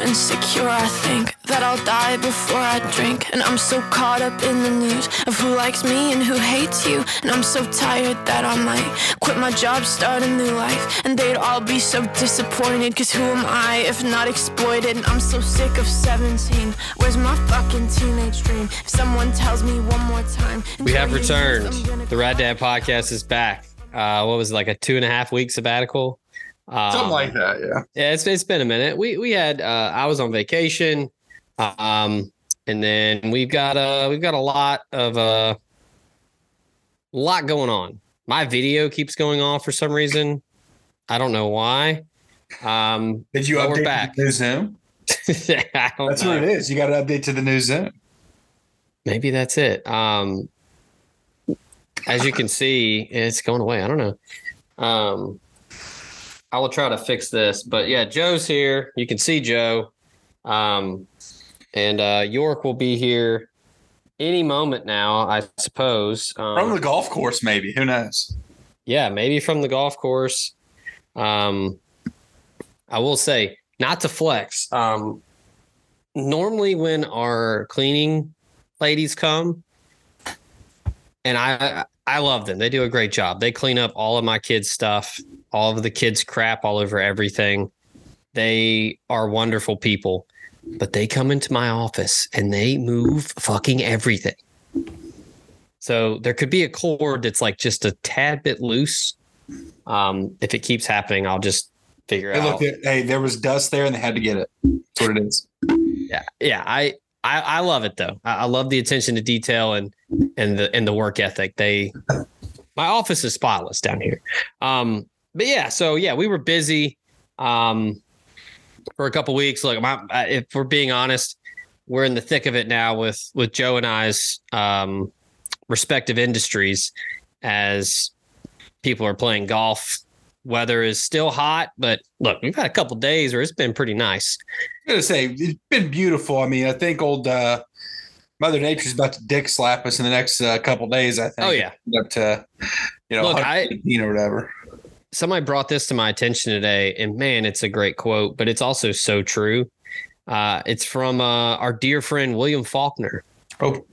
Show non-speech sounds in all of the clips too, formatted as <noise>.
insecure, I think that I'll die before I drink. And I'm so caught up in the news of who likes me and who hates you. And I'm so tired that I might quit my job, start a new life. And they'd all be so disappointed, cause who am I if not exploited? And I'm so sick of 17. Where's my fucking teenage dream? If someone tells me one more time, We have 20 years, returned. I'm gonna The Rad cry. Dad podcast is back. Uh, what was it, like a two and a half week sabbatical? Um, Something like that, yeah. Yeah, it's, it's been a minute. We we had uh, I was on vacation, um, and then we've got uh we've got a lot of uh lot going on. My video keeps going off for some reason. I don't know why. Um, <laughs> Did you But we're update back. to the new Zoom? I don't That's know. Uh, what it is. You got to update to the new Zoom. Maybe that's it. Um, as you can see, it's going away. I don't know. Um, I will try to fix this, but yeah, Joe's here. You can see Joe. Um, and uh, York will be here any moment now, I suppose. Um, From the golf course, maybe. Who knows? yeah, maybe from the golf course. Um, I will say, not to flex. Um, normally, when our cleaning ladies come, and I, I love them. They do a great job. They clean up all of my kids' stuff, all of the kids' crap, all over everything. They are wonderful people, but they come into my office and they move fucking everything. So there could be a cord that's like just a tad bit loose. Um, if it keps happening, I'll just figure Hey, out. look, there- hey, there was dust there, and they had to get it. That's what it is. yeah yeah i i, I love it though I, I love the attention to detail and and the and the work ethic they my office is spotless down here um but yeah so yeah we were busy um for a couple weeks look my, I- if we're being honest we're in the thick of it now with with joe and i's um respective industries as people are playing golf weather is still hot but look we've had a couple days where it's been pretty nice I'm gonna say it's been beautiful. I mean, I think old uh, Mother Nature's about to dick slap us in the next uh, couple days. I think. oh yeah Up to you know, Look, I- 115 or whatever. somebody brought this to my attention today, and man, it's a great quote, but it's also so true. Uh, it's from uh, our dear friend William Faulkner. Oh.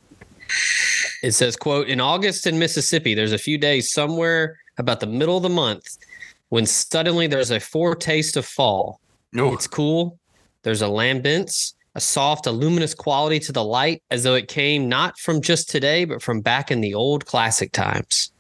It says, "quote In August in Mississippi, there's a few days somewhere about the middle of the month when suddenly there's a foretaste of fall. No, It's cool. There's a lambence." A soft, a luminous quality to the light, as though it came not from just today, but from back in the old classic times.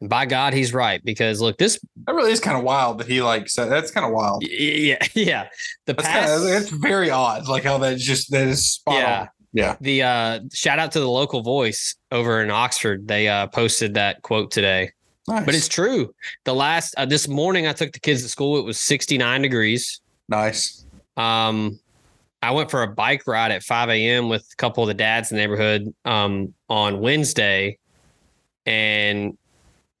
And by God, he's right because look, this that really is kind of wild that he like said. That's kind of wild. Y- yeah <laughs> yeah the That's past kind of that's very odd. Like how that's just that is spot Yeah. on. Yeah. the uh shout out to the local voice over in oxford they uh posted that quote today Nice. but it's true the last uh, this morning i took the kids to school it was 69 degrees nice. um i went for a bike ride at 5 a.m with a couple of the dads in the neighborhood um on wednesday and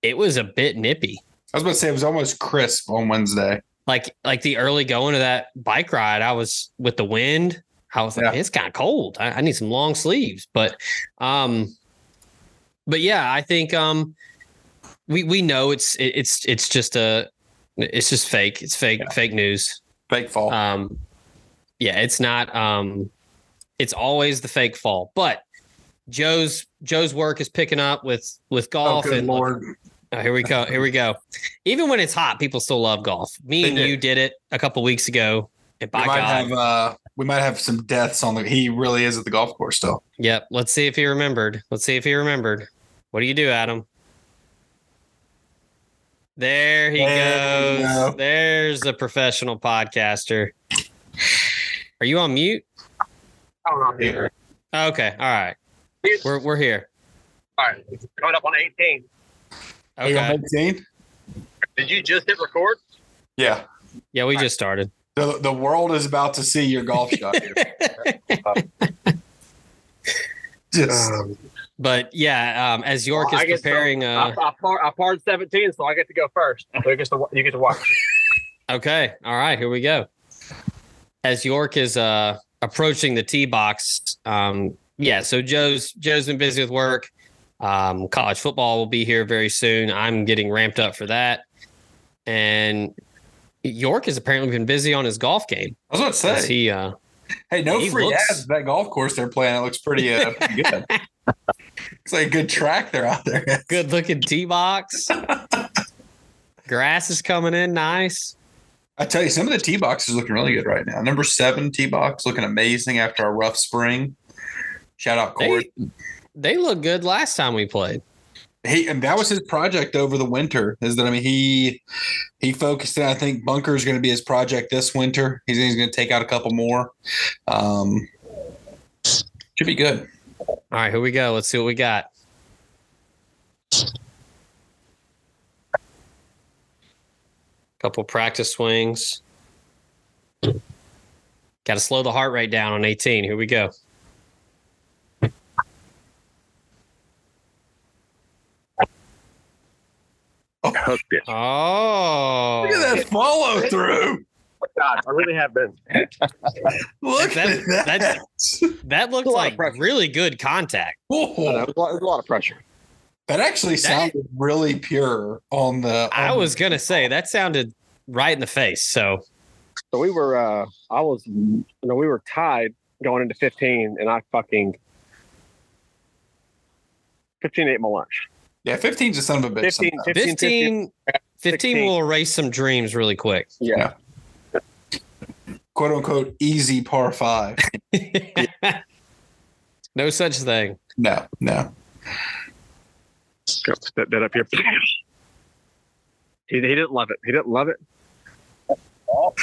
it was a bit nippy I was about to say it was almost crisp on Wednesday. like like the early going of that bike ride, I was with the wind. I was like, Yeah. it's kind of cold. I, I need some long sleeves. But um but yeah, I think um we we know it's it, it's it's just a it's just fake. It's fake fake news. Fake fall. Um yeah, it's not um it's always the fake fall. But Joe's Joe's work is picking up with with oh, golf good and lord. Oh, here we go. Here we go. Even when it's hot, people still love golf. Me They and do. you did it a couple weeks ago. And by we might God, have uh we might have some deaths on the he really is at the golf course still. yep. Let's see if he remembered. Let's see if he remembered. What do you do, Adam? There he There we goes. go. There's a professional podcaster. Are you on mute? Oh, no, here. Okay. All right. We're we're here. All right, coming up on 18. Are you on Okay. 15? Did you just hit record? Yeah. Yeah, we just started. The the world is about to see your golf shot here. <laughs> Just But yeah, um, as York Well, I is guess so. preparing uh I, I, par, I parred 17, so I get to go first. So you get to, wa- you get to watch. Okay. All right. Here we go. As York is uh, approaching the tee box, um, yeah. So Joe's Joe's been busy with work. Um, college football will be here very soon. I'm getting ramped up for that, and York has apparently been busy on his golf game. I was about to 'cause say, He uh, hey, no he free looks- ads at that golf course they're playing. It looks pretty, uh, <laughs> pretty good. It's like a good track they're out there. good looking tee box. Grass is coming in nice. I tell you, some of the tee box is looking really good right now. Number seven tee box looking amazing after a rough spring. Shout out Corey. They, they looked good last time we played. he and that was his project over the winter is that i mean he he focused in i think bunker is going to be his project this winter he's, he's going to take out a couple more um should be good All right, here we go. Let's see what we got. Couple practice swings. Got to slow the heart rate down on 18. Here we go. hooked it. Oh, look at that follow through <laughs> God, I really have been. look That- at that, that's- that looked A lot of like pressure. really good contact. I know, Whoa. it was a lot, it was a lot of pressure. that actually sounded really pure on the Oh I on- was gonna say that sounded right in the face. So So we were, uh, I was, you know, we were tied going into 15, and I fucking 15 ate my lunch. yeah 15's a son of a bitch 15, 15, 15. 15, 15 16. will erase some dreams really quick. Yeah. quote unquote easy par five no such thing. <laughs> no no Go, Step that up here. He, he didn't love it. He didn't love <laughs> it. well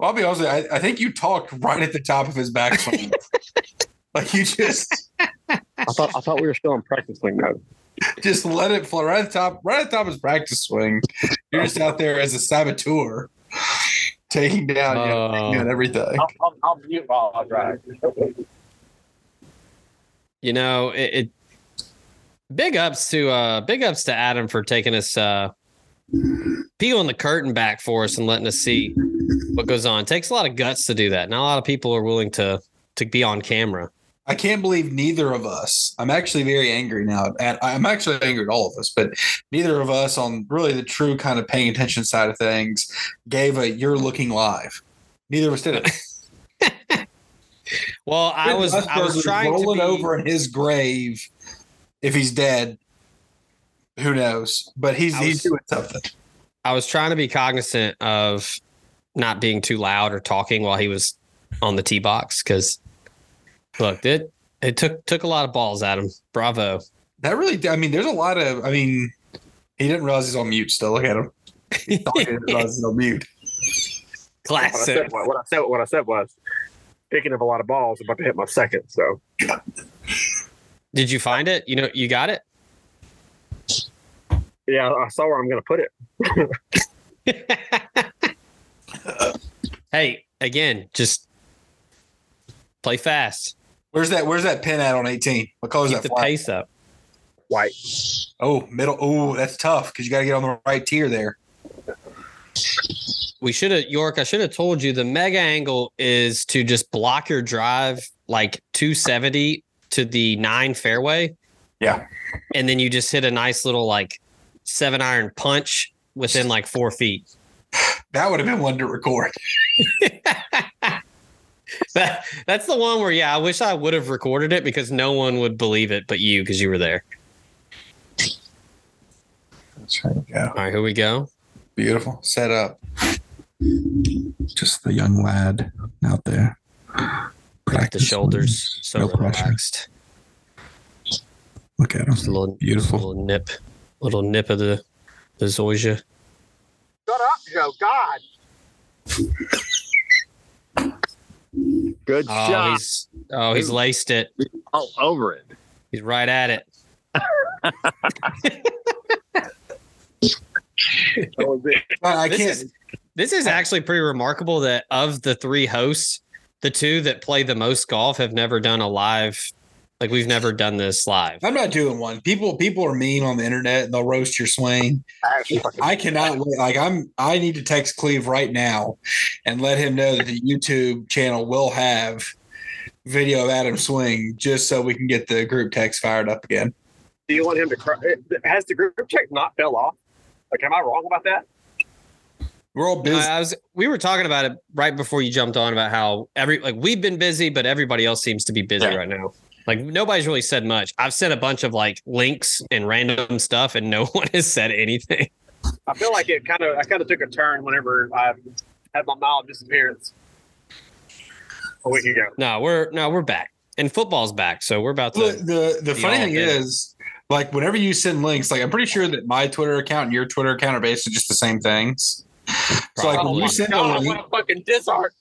i'll be honest with you, I, I think you talked right at the top of his <laughs> backswing like you just I thought I thought we were still in practice like no. just let it flow right at the top. Right at the top is practice swing. You're just out there as a saboteur, taking down you know, taking down everything. I'll, I'll mute while I drive. You know, it, it big ups to uh big ups to Adam for taking us uh peeling the curtain back for us and letting us see what goes on. It takes a lot of guts to do that. Not a lot of people are willing to to be on camera. I can't believe neither of us. I'm actually very angry now. At, I'm actually angry at all of us, but neither of us on really the true kind of paying attention side of things gave a "you're looking live." Neither of us did it. Well, <laughs> I was I was Musburger's trying to rolling be, over in his grave. If he's dead, who knows? But he's I he's was- doing something. I was trying to be cognizant of not being too loud or talking while he was on the tee box because look, it it took took a lot of balls at him. Bravo. That really, I mean, there's a lot of, I mean, he didn't realize he's on mute still. Look at him. <laughs> He's talking, he didn't realize he's on mute. What I, Classic. said, what, what I said what I said was picking up a lot of balls. I'm about to hit my second. So Did you find it? You know, you got it. yeah, I saw where I'm going to put it. Hey, again, just play fast. Where's that, where's that pin at on 18? What color is Keep that the flag? pace up. White. Oh, middle. Oh, that's tough because you got to get on the right tier there. We should have York. I should have told you the mega angle is to just block your drive like 270 to the nine fairway. Yeah. and then you just hit a nice little like seven iron punch within like four feet. <laughs> That would have been one to record. That, that's the one where yeah, I wish I would have recorded it because no one would believe it but you because you were there. That's right. Yeah. All right, here we go. Beautiful. Set up. Just the young lad out there. Back the shoulders so No pressure. relaxed. Look at him. Just a little Beautiful. just a little nip, little nip of the the zoysia. Shut up, Joe. God. Good Oh, shot. he's oh he's laced it. All over it. He's right at it. That was it. I This can't. is- This is actually pretty remarkable that of the three hosts, the two that play the most golf have never done a live, like we've never done this live. I'm not doing one. People, people are mean on the internet and they'll roast your swing. Actually, fucking- I cannot wait. Like I'm, I need to text Cleve right now and let him know that the YouTube channel will have video of Adam swing just so we can get the group text fired up again. Do you want him to? Cr- has the group check not fell off? Like, am I wrong about that? We're all busy. I was we were talking about it right before you jumped on about how every like we've been busy, but everybody else seems to be busy Yeah. right now. Like nobody's really said much. I've sent a bunch of like links and random stuff, and no <laughs> one has said anything. <laughs> I feel like it kind of I kind of took a turn whenever I had my mild disappearance a week ago. No, we're no, we're back, and football's back, so we're about to. Look, the the we funny all thing did it. is, like, whenever you send links, like, I'm pretty sure that my Twitter account and your Twitter account are basically just the same things. So, like, when Probably. you send a God, link, what a fucking dishart!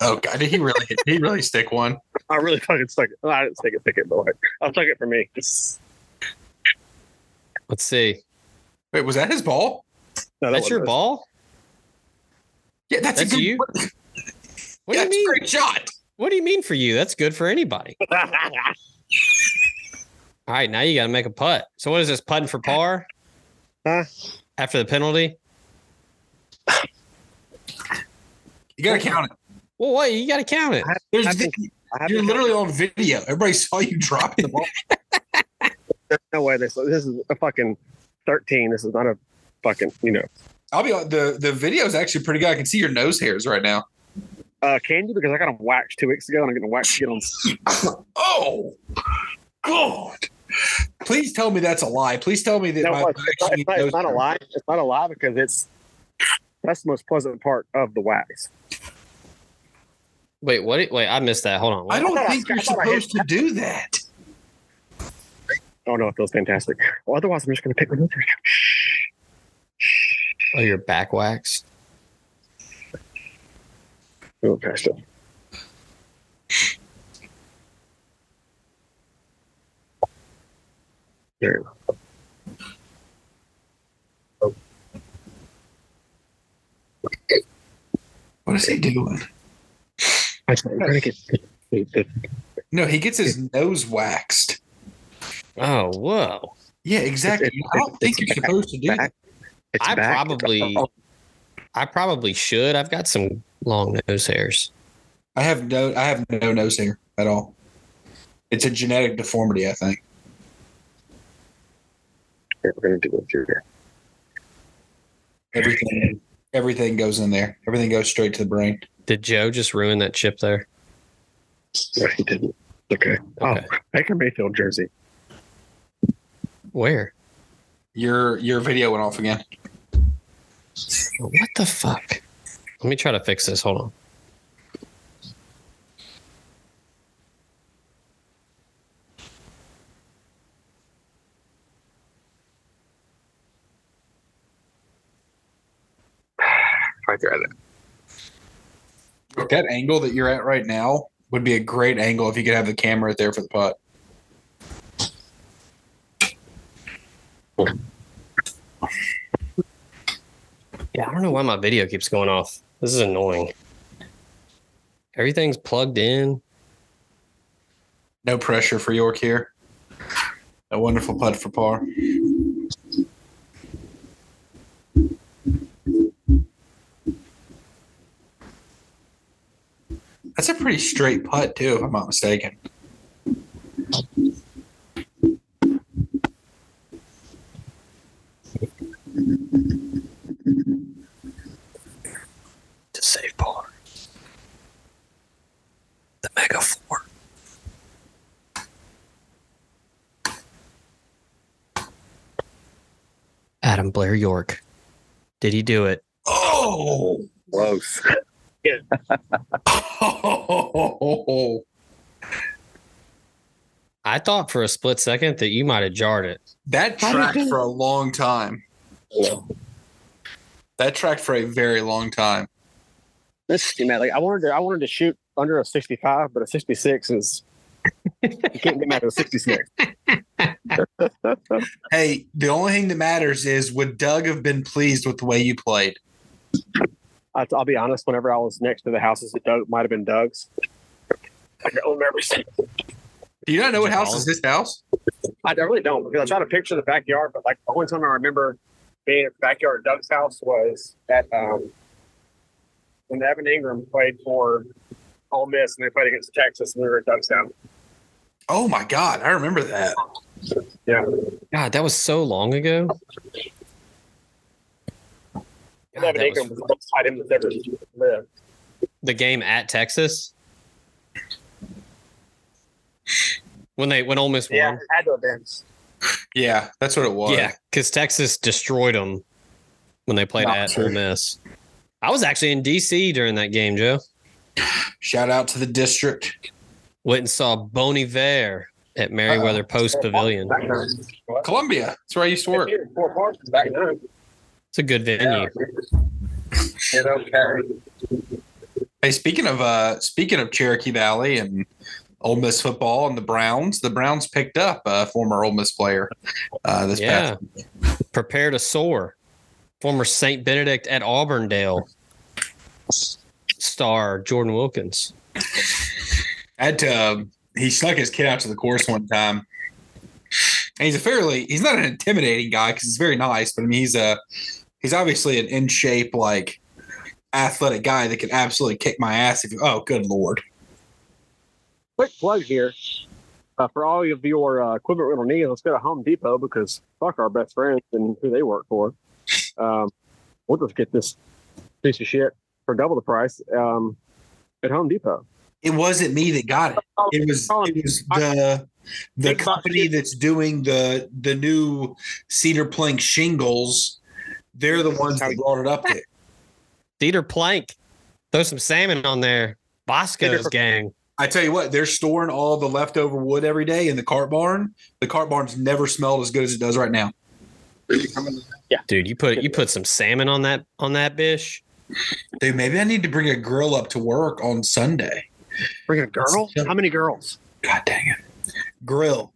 oh god, did he really did he really stick one? I really fucking stuck it. Well, I didn't stick it, stick it, but like I stuck it for me. Let's see. Wait, was that his ball? No, that That's your wasn't- ball. Yeah, that's, That's a good. you. What yeah, do that's you a mean? great shot. What do you mean for you? That's good for anybody. <laughs> All right, now you got to make a putt. So what is this putting for par? Huh? After the penalty? You gotta count it. Well, what you got to count it. There's I think- vi- I have you're to- literally on video. Everybody saw you drop the ball. There's no way this. This is a fucking thirteen. This is not a fucking you know. I'll be on the the video is actually pretty good. I can see your nose hairs right now. Uh, candy because I got them waxed two weeks ago and I'm getting waxed again on Oh God! Please tell me that's a lie. Please tell me that No, my it's, not, it's, not, it's not a lie. It's not a lie because it's that's the most pleasant part of the wax. Wait, what? Wait, I missed that. Hold on. I What? don't I thought I- think you're I thought I hit supposed to do that. Oh no, it feels fantastic. Well, otherwise, I'm just gonna pick my nose. Oh, your back wax. We went past it. There. What is he doing? I just, I'm trying to get the, the, No, he gets his nose waxed. Oh, whoa. Yeah, exactly. It's- I don't think it's you're supposed to do back. that. it's I back. Oh, probably, I probably should. I've got some long nose hairs. I have no, I have no nose hair at all. It's a genetic deformity, I think. Here, we're gonna do it here. Everything, everything goes in there. Everything goes straight to the brain. Did Joe just ruin that chip there? No, he didn't. Okay. Okay. Oh, Baker Mayfield jersey. Where? Your your video went off again. What the fuck? Let me try to fix this. Hold on. Right there. That angle that you're at right now would be a great angle if you could have the camera there for the putt. Yeah, I don't know why my video keeps going off. This is annoying. Everything's plugged in. No pressure for York here. A wonderful putt for par. That's a pretty straight putt, too, if I'm not mistaken. to save par. The Mega Four. Adam Blair York. Did he do it? Oh! <laughs> Close. I thought for a split second that you might have jarred it. That tracked for a long time. That tracked for a very long time. That's you man. Like I wanted to, I wanted to shoot under a 65, but a 66 is you can't get mad at a 66. Hey, the only thing that matters is would Doug have been pleased with the way you played? I, I'll be honest. Whenever I was next to the houses, that Doug might have been Doug's. I don't remember. saying- Do you not know what Is it house Colin? is his house? I I really don't because I try to picture the backyard, but like the only time I remember being at the backyard at Doug's house was at um, when Evan Ingram played for Ole Miss and they played against Texas and we were at Doug's house. Oh my god, I remember that. Yeah. God, Ah, that was so long ago. And that Evan was- Ingram was the most tight end that's ever lived. the game at Texas when they when Ole Miss Yeah, won. it had to have been. Yeah, that's what it was. Yeah, because Texas destroyed them when they played Not at true. Ole Miss. I was actually in DC during that game, Joe. Shout out to the district. Went and saw Bon Iver at Meriwether Post Pavilion. Back then. What? Columbia. That's where I used to work. Here, Four parts is back then. It's a good venue. You know, okay. Hey, speaking of uh speaking of Cherokee Valley and Ole Miss football and the Browns, the Browns picked up a former Ole Miss player uh this Yeah. past Prepare to soar. Former St. Benedict at Auburndale star Jordan Wilkins. I had to um, he snuck his kid out to the course one time. And he's a fairly he's not an intimidating guy because he's very nice, but I mean he's a he's obviously an in shape like athletic guy that could absolutely kick my ass if you oh good lord. quick plug here uh, for all of your uh, equipment rental needs. Let's go to Home Depot because fuck our best friends and who they work for. Um, we'll just get this piece of shit for double the price um, at Home Depot. It wasn't me that got it. It was it was the the company that's doing the the new cedar plank shingles. They're the ones that brought it up. There. Dieter Plank. Throw some salmon on there. Bosco's gang. I tell you what, they're storing all the leftover wood every day in the cart barn. The cart barn's never smelled as good as it does right now. Dude, you put you put some salmon on that on that bish. Dude, maybe I need to bring a girl up to work on Sunday. Bring a girl? How many girls? God dang it. Grill.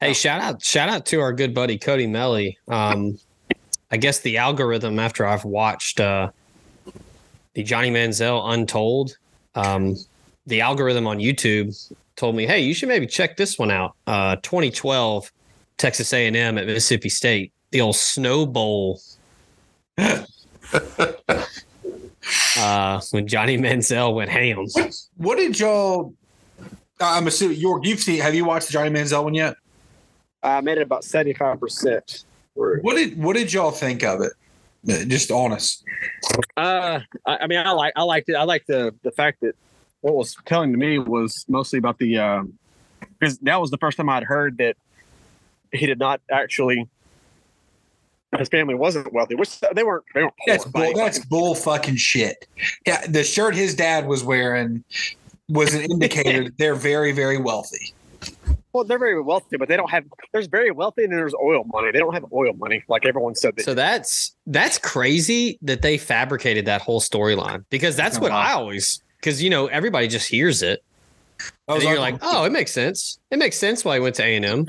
Hey, shout out shout out to our good buddy Cody Melly. Um, I guess the algorithm after I've watched uh, the Johnny Manziel Untold, um, the algorithm on YouTube told me, hey, you should maybe check this one out. Uh, 2012 Texas A&M at Mississippi State, the old Snow Bowl. uh, when Johnny Manziel went ham. What did y'all? I'm assuming York. You've seen? Have you watched the Johnny Manziel one yet? I made it about 75%. What did What did y'all think of it? Uh, Just honest. Uh, I, I mean, I like I liked it. I like the the fact that what was telling to me was mostly about the um, because that was the first time I'd heard that he did not actually his family wasn't wealthy, which they weren't. They weren't poor. That's bull. by- That's bull fucking shit. Yeah, the shirt his dad was wearing was an <laughs> indicator that they're very, very wealthy. well, they're very wealthy, but they don't have. There's very wealthy and there's oil money. They don't have oil money, like everyone said. That So that's that's crazy that they fabricated that whole storyline because that's Oh, what wow. I always because you know everybody just hears it I and you're like, oh, it makes sense. It makes sense why he went to A and M.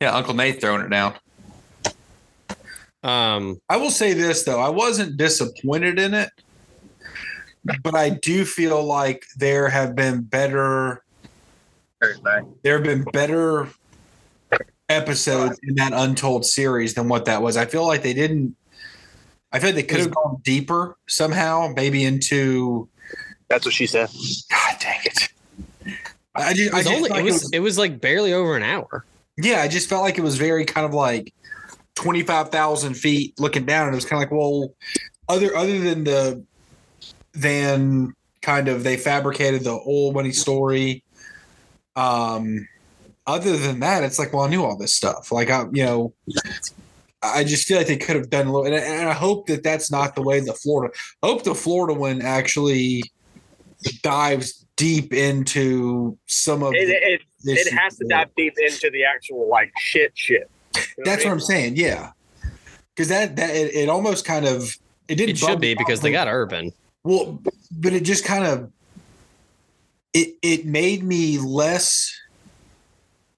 yeah, Uncle Nate throwing it down. Um, I will say this though, I wasn't disappointed in it, but I do feel like there have been better. There have been better episodes in that Untold series than what that was. I feel like they didn't. I feel like they could have gone deeper somehow, maybe into. that's what she said. God dang it! I just, it I was, just only, felt it, like was it was like barely over an hour. yeah, I just felt like it was very kind of like twenty five thousand feet looking down, and it was kind of like, well, other other than the than kind of they fabricated the old money story. Um, other than that, it's like, well, I knew all this stuff. Like I, you know, I just feel like they could have done a little, and I, and I hope that that's not the way the Florida. I hope the Florida one actually dives deep into some of It, it, the it issues has to that- dive deep into the actual like shit, shit. You know That's I what mean? I'm saying. Yeah, because that that it, it almost kind of it didn't It should bum be me out, because they but- got Urban. well, but it just kind of it it made me less.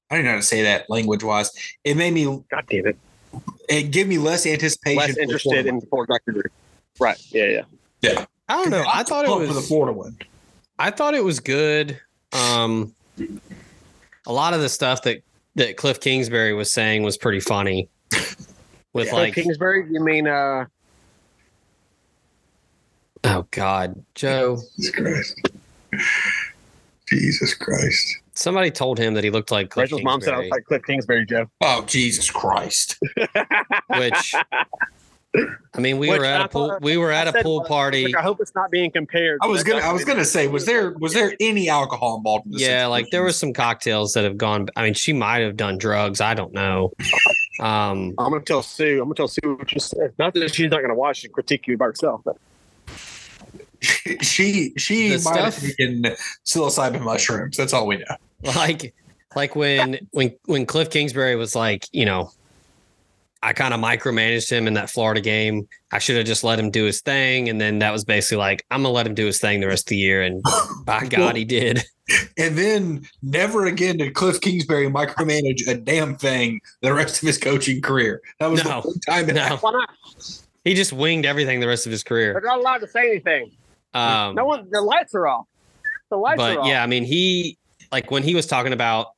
I don't know how to say that language wise. It made me God damn it. it gave me less anticipation. Less for the interested Florida in Ford Doctor. Right. Yeah. Yeah. I don't one. know. I thought it pumped for the was Florida one. I thought it was good. Um, a lot of the stuff that that Cliff Kingsbury was saying was pretty funny. With So like, Kingsbury, you mean uh oh God, Joe. Jesus Christ! Jesus Christ! Somebody told him that he looked like Cliff Rachel's mom said I was Kingsbury, like Cliff Kingsbury, Joe. Oh Jesus Christ! which I mean, we Which were at I a pool. thought- We were at I a said, pool like, party. Like, I hope it's not being compared. I to was that gonna. I Dustin was gonna say, was there was there any alcohol involved in this? Yeah, like there situation? was some cocktails that have gone. I mean, she might have done drugs. I don't know. Um, <laughs> I'm gonna tell Sue. I'm gonna tell Sue what you said. Not that she's not gonna watch and critique you by herself, but she she The might have stuff- taken psilocybin mushrooms. That's all we know. like like when when when Cliff Kingsbury was like, you know, I kind of micromanaged him in that Florida game. I should have just let him do his thing, and then that was basically like, I'm gonna let him do his thing the rest of the year, and <laughs> by God, he did. And then never again did Cliff Kingsbury micromanage a damn thing the rest of his coaching career. That <laughs> was No. the one time. That No, why not? he just winged everything the rest of his They're career. not allowed to say anything. Um, no one. The lights are off. The lights are but off. yeah, I mean, he like when he was talking about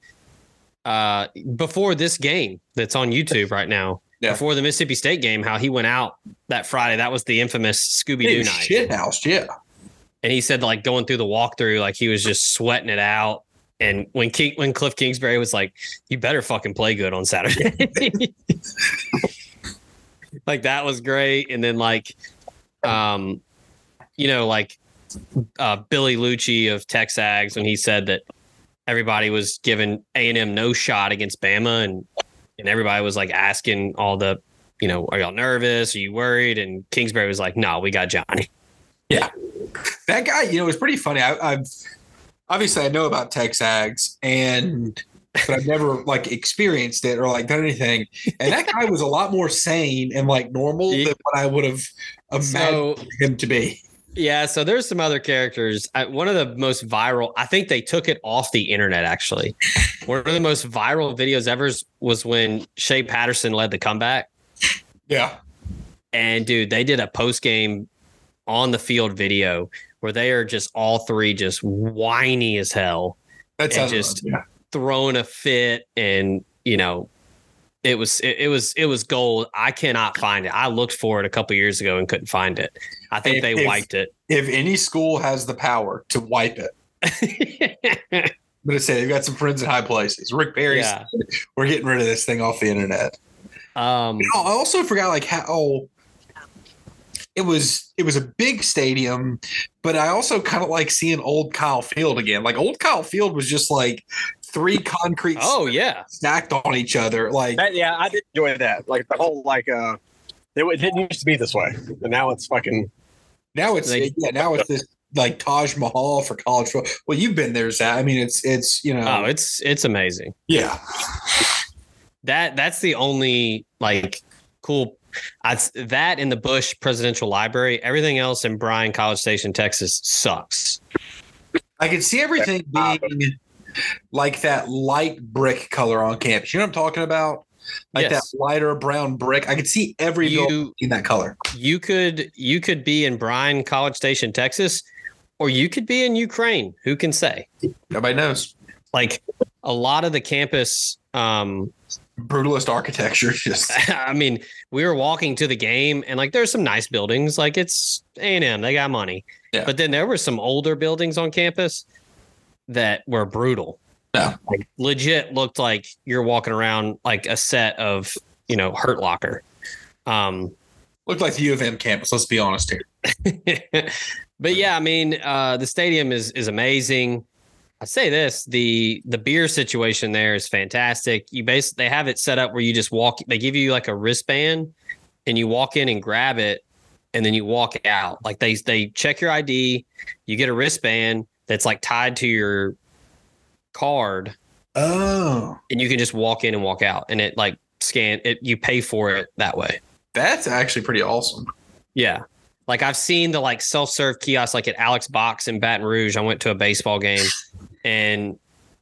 uh before this game that's on YouTube right now, Yeah. before the Mississippi State game, how he went out that Friday. That was the infamous Scooby he Doo was night, shithoused. Yeah, and he said like going through the walkthrough, like he was just sweating it out. And when King, when Cliff Kingsbury was like, "You better fucking play good on Saturday," <laughs> like that was great. And then like, um, you know, like uh, Billy Lucci of Texags when he said that everybody was giving A and M no shot against Bama, and and everybody was like asking all the, you know, are y'all nervous? Are you worried? And Kingsbury was like, "No, we got Johnny." that guy. You know, it's pretty funny. I, I've obviously I know about Texags and. But I've never like experienced it or like done anything. And that guy was a lot more sane and like normal Yeah. than what I would have imagined So him to be. Yeah, so there's some other characters. I, one of the most viral, I think they took it off the internet actually. one of the most viral videos ever is- was when Shea Patterson led the comeback. Yeah. And dude, they did a post game on the field video where they are just all three just whiny as hell, That's And just- yeah. throwing a fit. And, you know, it was, it, it was, it was gold. I cannot find it. I looked for it a couple years ago and couldn't find it. I think If- they if- wiped <laughs> if any school has the power to wipe it, it. I'm gonna say they've got some friends in high places. Rick Barry's yeah. we're getting rid of this thing off the internet. Um, You know, I also forgot like how it was it was a big stadium, but I also kind of like seeing old Kyle Field again. Like old Kyle Field was just like three concrete Oh yeah, stacked on each other. Like That- yeah, I did enjoy that. Like the whole like uh, it, it didn't used to be this way, and now it's fucking. now it's They- yeah, now it's this like Taj Mahal for college football. Well, you've been there, Zach. I mean, it's it's you know oh, it's it's amazing. yeah. That that's the only like cool. I, that in the Bush Presidential Library. Everything else in Bryan College Station, Texas, sucks. I can see everything That's being like that light brick color on campus. You know what I'm talking about? Like Yes. that lighter brown brick. I could see every building You in that color. you could you could be in Bryan College Station, Texas, or you could be in Ukraine. Who can say? Nobody knows. Like a lot of the campus. Um, Brutalist architecture. <laughs> is <laughs> Just I mean, we were walking to the game, and like there's some nice buildings. Like it's A and M, they got money. Yeah. But then there were some older buildings on campus that were brutal. Yeah. Like legit looked like you're walking around like a set of you know Hurt Locker. Um, looked like the U of M campus. Let's be honest here. but yeah, I mean, uh, the stadium is is amazing. I say this the the beer situation there is fantastic. You basically they have it set up where you just walk. They give you like a wristband, and you walk in and grab it, and then you walk out. Like they they check your ID. You get a wristband that's like tied to your card, Oh, and you can just walk in and walk out, and it like scan it. You pay for it that way. that's actually pretty awesome. Yeah. Like I've seen the like self serve kiosk like at Alex Box in Baton Rouge. I went to a baseball game and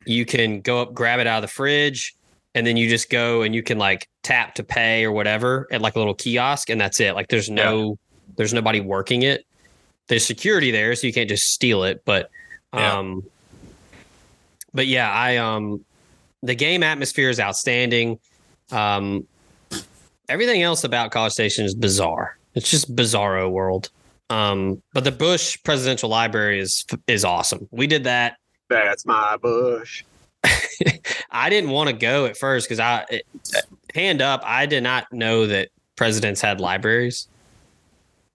you can go up, grab it out of the fridge, and then you just go and you can like tap to pay or whatever at like a little kiosk and that's it. Like there's no there's nobody working it. There's security there, so you can't just steal it. But Yeah. um but yeah, I um the game atmosphere is outstanding. Um everything else about College Station is bizarre. It's just bizarro world. Um, but the Bush Presidential Library is is awesome. We did that. That's my bush. I didn't want to go at first because I it, hand up, I did not know that presidents had libraries.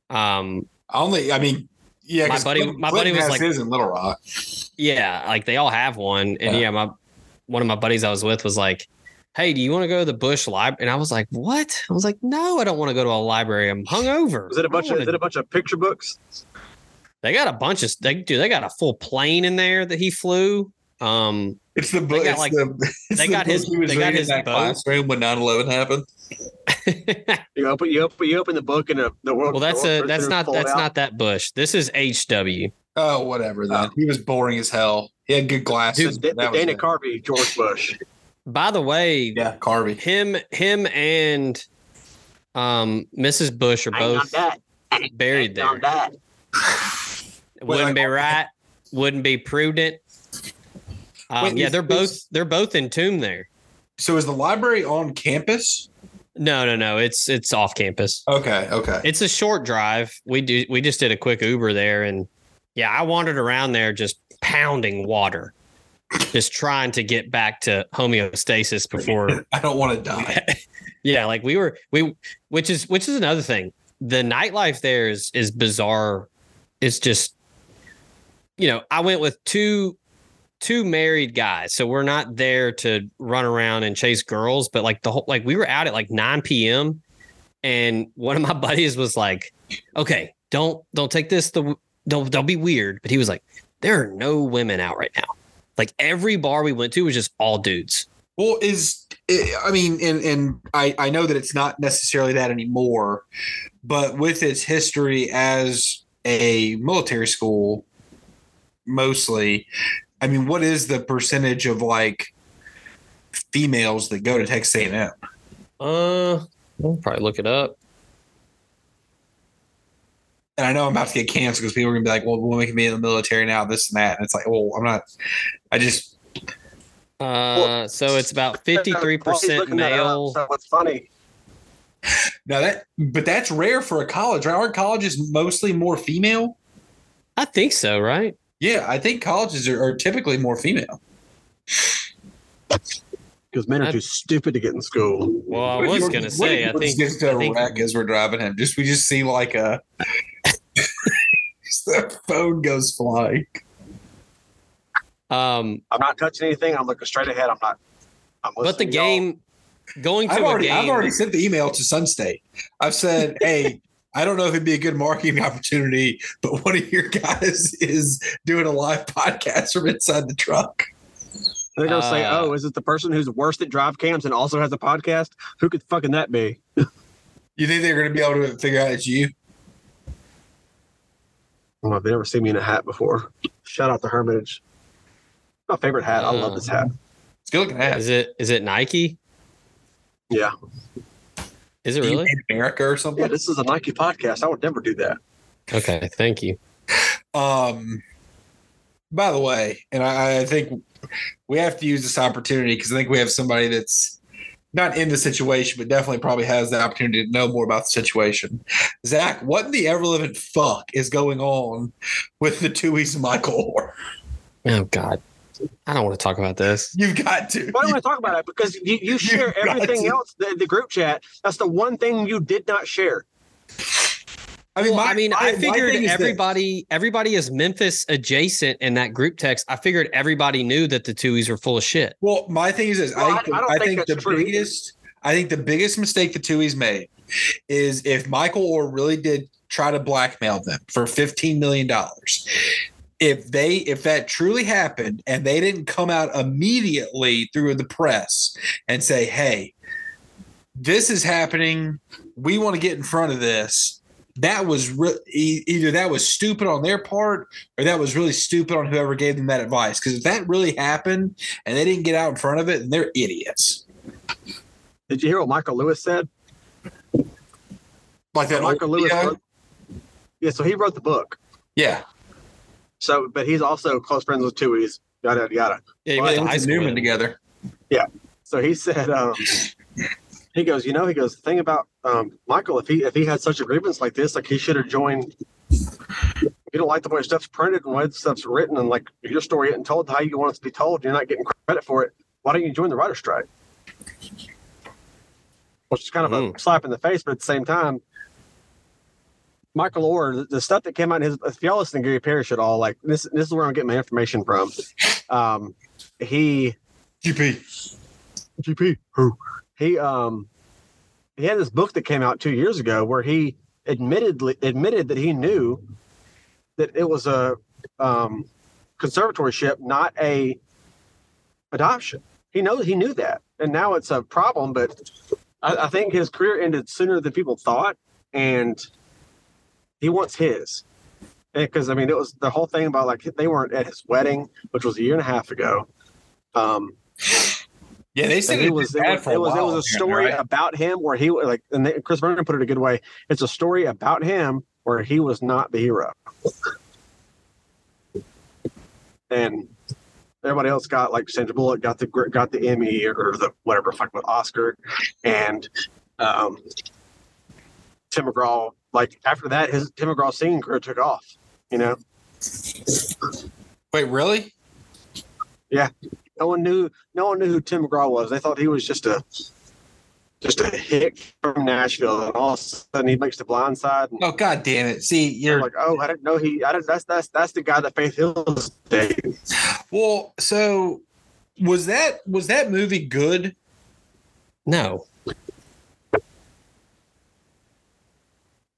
Um, Only, I mean, yeah. My 'cause buddy- Clinton- my buddy Clinton was has like- his in Little Rock. yeah, like they all have one. And Yeah. yeah, my one of my buddies I was with was like, "Hey, do you want to go to the Bush Library?" And I was like, "What?" I was like, "No, I don't want to go to a library. I'm hungover." Was it a I bunch of wanna- is it a bunch of picture books? they got a bunch of they do. They got a full plane in there that he flew. Um, <laughs> It's the book. got, it's like- the, it's they the got book his- He was they got reading his in that book. classroom when 9-11 happened. You open you open you open the book and a, the world. well, that's the world a that's Trade Center not fold that's out. not that Bush. This is HW. Oh, whatever. Then he was boring as hell. He had good glasses. Dude, but that Da- was Dana it. Carvey, George Bush. By the way, yeah, Carvey. him him and um Mrs. Bush are I ain't on both that. buried I ain't on there. that. <sighs> Wouldn't be right. Wouldn't be prudent. Um, Wait, yeah, is- they're both is- they're both entombed there. So is the library on campus? No, no, no. It's it's off campus. Okay, okay. It's a short drive. We do we just did a quick Uber there, and yeah, I wandered around there just pounding water, just trying to get back to homeostasis before I don't want to die. Yeah, like we were we which is which is another thing. The nightlife there is is bizarre. It's just you know, I went with two two married guys. So we're not there to run around and chase girls, but like the whole like we were out at like 9 p.m. and one of my <laughs> buddies was like, "Okay, don't don't take this the don't don't be weird." But he was like, "There are no women out right now." Like every bar we went to was just all dudes. Well, is I mean, and and I I know that it's not necessarily that anymore, but with its history as a military school, mostly, I mean, what is the percentage of like females that go to Texas A&M? Uh, we'll probably look it up. And I know I'm about to get canceled because people are gonna be like, "Well, women can be in the military now, this and that," and it's like, "Well, I'm not. I just Uh, so it's <laughs> about 53% Looking that up, male. So what's funny? now that, but that's rare for a college, right? Aren't colleges mostly more female? I think so, right? Yeah, I think colleges are, are typically more female. Because men are I- too stupid to get in school. Well, I was going to say, I think, just a I think- wreck as we're driving him. Just we just see like a <laughs> just the phone goes flying. um, I'm not touching anything. I'm looking straight ahead. I'm not. I'm but the listening to y'all. game going to I've a already game. I've already sent the email to Sun State. <laughs> I've said, hey. I don't know if it'd be a good marketing opportunity, but one of your guys is doing a live podcast from inside the truck. They're gonna say, Uh, "Oh, is it the person who's worst at drive cams and also has a podcast? Who could fucking that be?" You think they're going to be able to figure out it's you? Oh, they've never seen me in a hat before. Shout out to Hermitage. My favorite hat. I Uh, love this hat. It's good looking at Is it is it Nike? Yeah, Is it really? America or something. yeah. This is a Nike podcast. I would never do that. Okay, thank you. Um, by the way, and I, I think we have to use this opportunity because I think we have somebody that's not in the situation, but definitely probably has the opportunity to know more about the situation. Zach, what in the ever living fuck is going on with the two East Michael Orr? Oh God, I don't want to talk about this. You've got to. Why do I want to talk about it? Because <laughs> you, you share got everything to. else in the group chat. That's the one thing you did not share. I Well, I mean, I figured thing is that- everybody everybody is Memphis adjacent in that group text. I figured everybody knew that the Tuies were full of shit. Well, my thing is this. Well, I think, I- I the, don't I think think the that's true either. biggest I think the biggest mistake the Tuies made is if Michael Orr really did try to blackmail them for $15 million. If they if that truly happened and they didn't come out immediately through the press and say, hey, this is happening. We want to get in front of this. That was re- e- either that was stupid on their part or that was really stupid on whoever gave them that advice. Because if that really happened, and they didn't get out in front of it, and they're idiots. Did you hear what Michael Lewis said? Like that Michael Lewis. yeah, wrote- yeah, so he wrote the book. yeah. So, but he's also close friends with Tuies. Yada yada yada. Yeah, Well, went They to went high to school with Newman them. together. So he said, um, he goes, you know, he goes, the thing about um, Michael, if he if he had such a grievance like this, like he should have joined. You don't like the way stuff's printed and the way stuff's written, and like your story isn't told how you want it to be told. You're not getting credit for it. Why don't you join the writer's strike? which is kind of a slap in the face, but at the same time, Michael Orr, the, the stuff that came out in his, if y'all listen to Gary Parrish at all, like this, this is where I'm getting my information from. Um, he, GP. GP, who? He, um, he had this book that came out two years ago where he admittedly admitted that he knew that it was a um, conservatorship, not a adoption. He knows he knew that, and now it's a problem. But I, I think his career ended sooner than people thought, and he wants his. Because I mean, it was the whole thing about like they weren't at his wedding, which was a year and a half ago. Um, Yeah, they said and it, it was it bad was, for a it was, it while, was a story right? about him where he like and they, Chris Vernon put it a good way. It's a story about him where he was not the hero, and everybody else got like Sandra Bullock got the gr- got the Emmy or the whatever fuck with Oscar, and um, Tim McGraw. Like after that, his Tim McGraw singing career took off. You know, Wait, really? no one knew no one knew who Tim McGraw was. They thought he was just a just a hick from Nashville, and all of a sudden he makes the Blind Side. And Oh god damn it! See, I'm you're like, oh, I didn't know he. I didn't, that's that's that's the guy that Faith Hills dated. well. So was that was that movie good? No.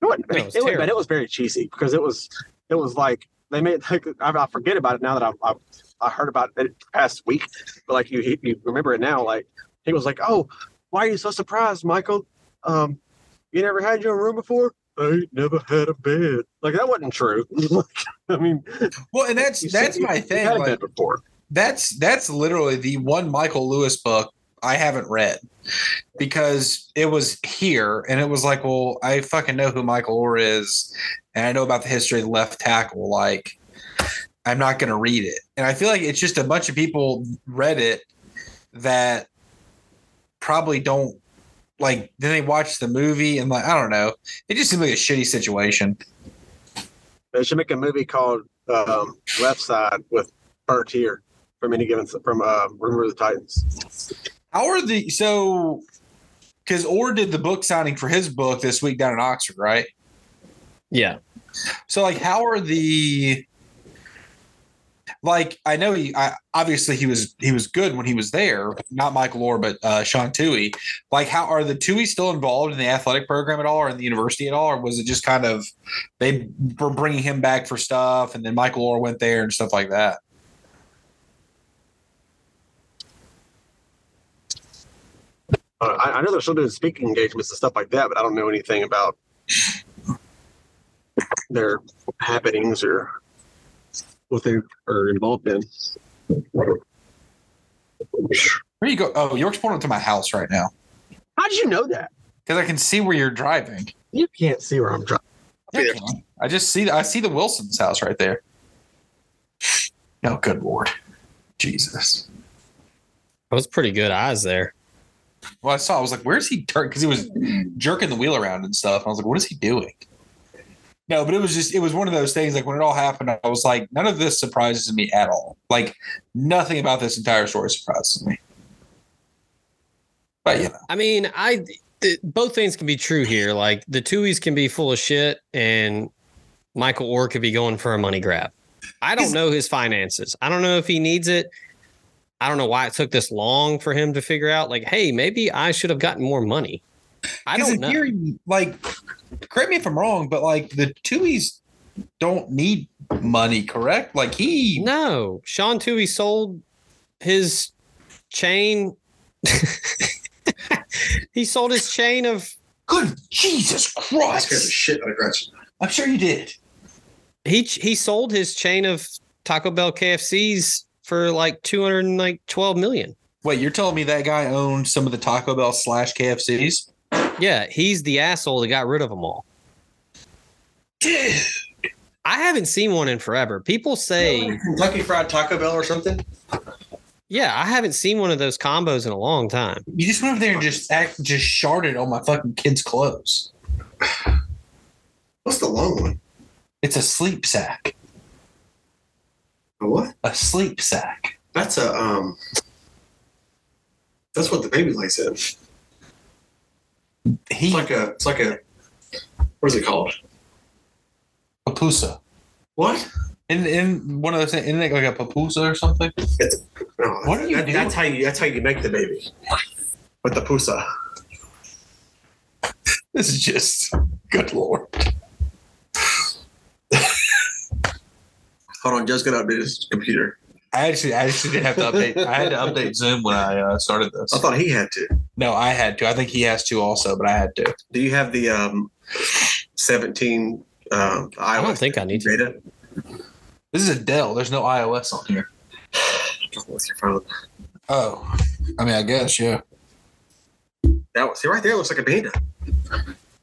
It wasn't, No, it it was was but terrible. it was very cheesy because it was it was like they made like I, I forget about it now that I, I I heard about it past week, but like you you remember it now. Like he was like, oh, why are you so surprised, Michael? Um, you never had your own room before. I ain't never had a bed. Like that wasn't true. <laughs> Like, I mean, Well, and that's you said that's you- my you thing. Had a like, bed before. that's that's literally the one Michael Lewis book I haven't read because it was here and it was like, well, I fucking know who Michael Orr is and I know about the history of the left tackle. Like, I'm not gonna read it. And I feel like it's just a bunch of people read it that probably don't like then they watch the movie and like I don't know. It just seemed like a shitty situation. They should make a movie called um, Left Side with Bert here from any given from uh, Rumor of the Titans. How are the so because Orr did the book signing for his book this week down in Oxford, right? Yeah. So like how are the like I know he I, obviously he was he was good when he was there, not Michael Orr but uh Sean Tui. Like how are the Tui still involved in the athletic program at all or in the university at all or was it just kind of they were bringing him back for stuff and then Michael Orr went there and stuff like that? Uh, I, I know they're still doing speaking engagements and stuff like that, but I don't know anything about their happenings or what they are involved in. Where you go? Oh, York's pulling up to my house right now How did you know that? because I can see where you're driving. You can't see where I'm driving. Yeah, Cam. I just see I see the Wilson's house right there. Oh, good lord, Jesus! That was pretty good eyes there. Well, I saw. I was like, "Where's he?" Because he was jerking the wheel around and stuff. I was like, "What is he doing?" No, but it was just it was one of those things. Like when it all happened, I was like, "None of this surprises me at all. Like nothing about this entire story surprises me." But you know, I mean, I th- both things can be true here. Like the Tuies can be full of shit, and Michael Orr could be going for a money grab. I don't know his finances. I don't know if he needs it. I don't know why it took this long for him to figure out. Like, hey, maybe I should have gotten more money. I 'Cause don't in know. theory, like, correct me if I'm wrong, but like the Tuies don't need money, correct? Like he No, Sean Tui sold his chain. <laughs> he sold his chain of. Good Jesus I scared the Christ! shit out of Gretchen. I'm sure you did. He he sold his chain of Taco Bell KFCs for like two hundred and like twelve million. Wait, you're telling me that guy owned some of the Taco Bell slash KFCs? Yeah, he's the asshole that got rid of them all. Dude, I haven't seen one in forever. People say, Kentucky Fried Taco Bell or something? yeah, I haven't seen one of those combos in a long time. You just went over there and just act, just sharded on my fucking kid's clothes. What's the long one? It's a sleep sack. A what? A sleep sack. That's a um. That's what the baby lays in. he It's like a. It's like a. What is it called? papusa. What? In in one of those things, isn't it like a papusa or something? No, What are you that- That's how you. That's how you make the baby. With the pusa. This is just good lord. Hold on, Joe's gonna update his computer. I actually I actually did have to update. I had to update Zoom when I uh, started this. I thought he had to. No, I had to. I think he has to also, but I had to. Do you have the um, seventeen? Um, I don't think I need to. data. This is a Dell. There's no iOS on here. What's your phone? Oh, I mean, I guess yeah. That one. See right there looks like a panda.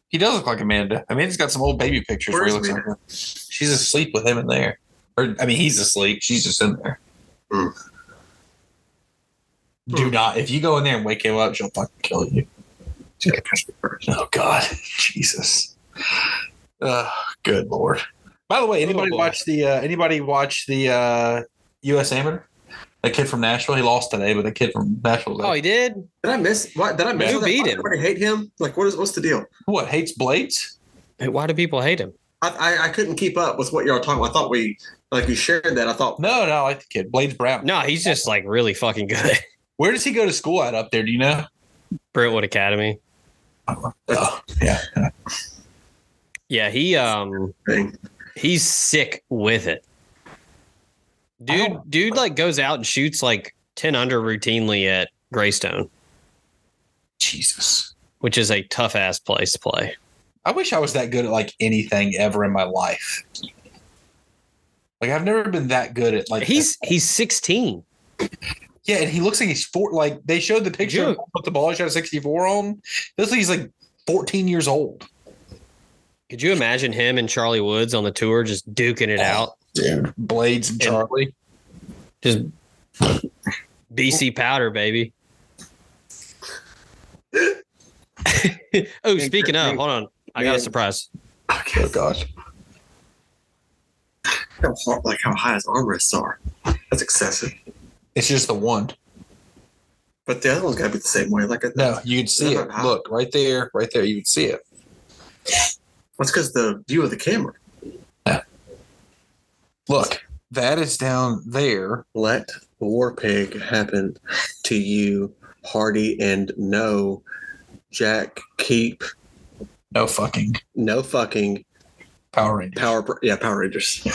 He does look like Amanda. I mean, he's got some old baby pictures where he looks Where's like Amanda? her. She's asleep with him in there. Or I mean, he's asleep. She's just in there. Hmm. Do not. If you go in there and wake him up, she'll fucking kill you. She's gonna catch me first. Oh God, <laughs> Jesus. Uh, good Lord. By the way, anybody boy. watch the uh, anybody watch the uh, U.S. Amateur? The kid from Nashville. He lost today, but the kid from Nashville. Oh, he did. Did I miss? What did I miss? Who that? beat Why him? do I hate him. Like what is? What's the deal? what hates Blades? Why do people hate him? I, I I couldn't keep up with what y'all were talking. About. I thought we like you shared that. I thought No, no, I like the kid. Blades Brown. No, he's just like really fucking good. <laughs> Where does he go to school at up there? Do you know? Brentwood Academy. Oh, yeah. Yeah, he um thing. he's sick with it. Dude, dude like goes out and shoots like 10 under routinely at Greystone, Jesus. which is a tough ass place to play. I wish I was that good at like anything ever in my life. Like I've never been that good at like He's he's 16. Yeah, and he looks like he's four. Like they showed the picture Dude. of what the ball he shot a sixty-four on. This he's like fourteen years old. Could you imagine him and Charlie Woods on the tour just duking it out? Dude, Blades and And- Charlie. Just BC powder, baby. <laughs> oh, speaking of, hold on. I got a surprise. Oh gosh, How hard, like how high his armrests are. That's excessive. it's just the one. But the other one's got to be the same way. Like No, you can see it. Look right there, right there. You can see it. That's because the view of the camera. Look, that is down there. Let War Pig happen to you, Hardy, and no, Jack, keep No fucking no fucking Power Ranger. power. Yeah, Power Rangers.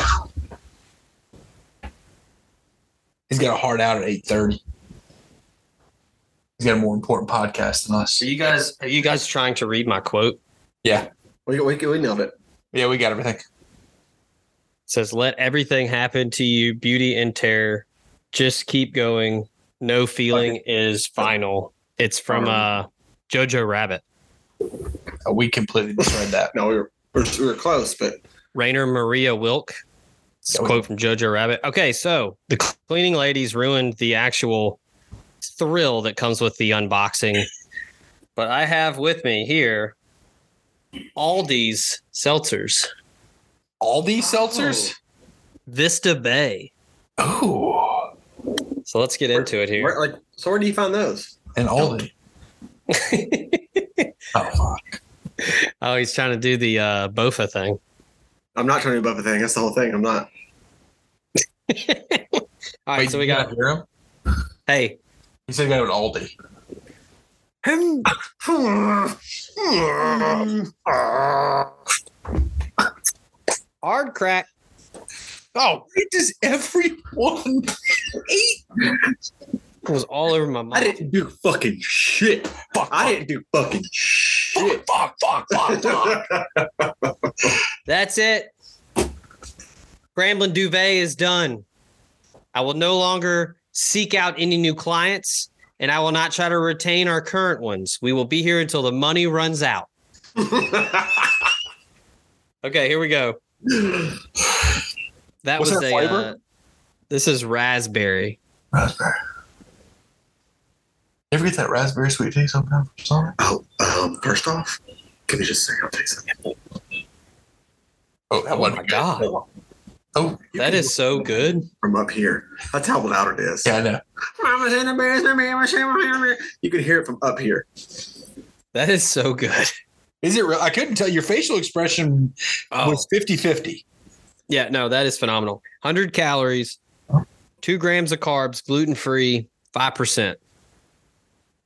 He's got a hard out at eight thirty. He's got a more important podcast than us. Are you guys are you guys trying to read my quote? We we we nailed it. Yeah, we got everything. says let everything happen to you beauty and terror just keep going no feeling is final it's from uh jojo rabbit Uh, We completely misread <laughs> that. No, we were we were, we were close, but rainer maria wilk it's a quote from jojo rabbit okay so the cleaning ladies ruined the actual thrill that comes with the unboxing but i have with me here aldi's seltzers All these seltzers. vista bay Oh. so let's get into it here where, like, so where do you find those? and Aldi. <laughs> oh, fuck. oh he's trying to do the uh bofa thing I'm not trying to do above a thing. That's the whole thing. I'm not. All right, Wait, so we you got gotta hear him. hey. He said he got it at Aldi. Hard crack. Oh, it does everyone <laughs> eat? It was all over my I mouth. didn't do fucking shit. Fuck, I didn't do fucking <laughs> shit. fuck, fuck, fuck, <laughs> fuck, fuck. That's it. Grambling Duvet is done. I will no longer seek out any new clients, and I will not try to retain our current ones. We will be here until the money runs out. okay, here we go. That What's was that a. flavor? uh, this is raspberry. Raspberry. You ever get that raspberry sweet tea sometime from somewhere? Oh, um, first off, give me just a second. I'll take something. Oh, that Oh my wasn't god, Oh, that is so good. From up here, that's how loud it is. yeah, I know. You could hear it from up here. That is so good. <laughs> Is it real? I couldn't tell. Your facial expression was 50 50. Yeah, no, that is phenomenal. 100 calories, two grams of carbs, gluten free, 5%.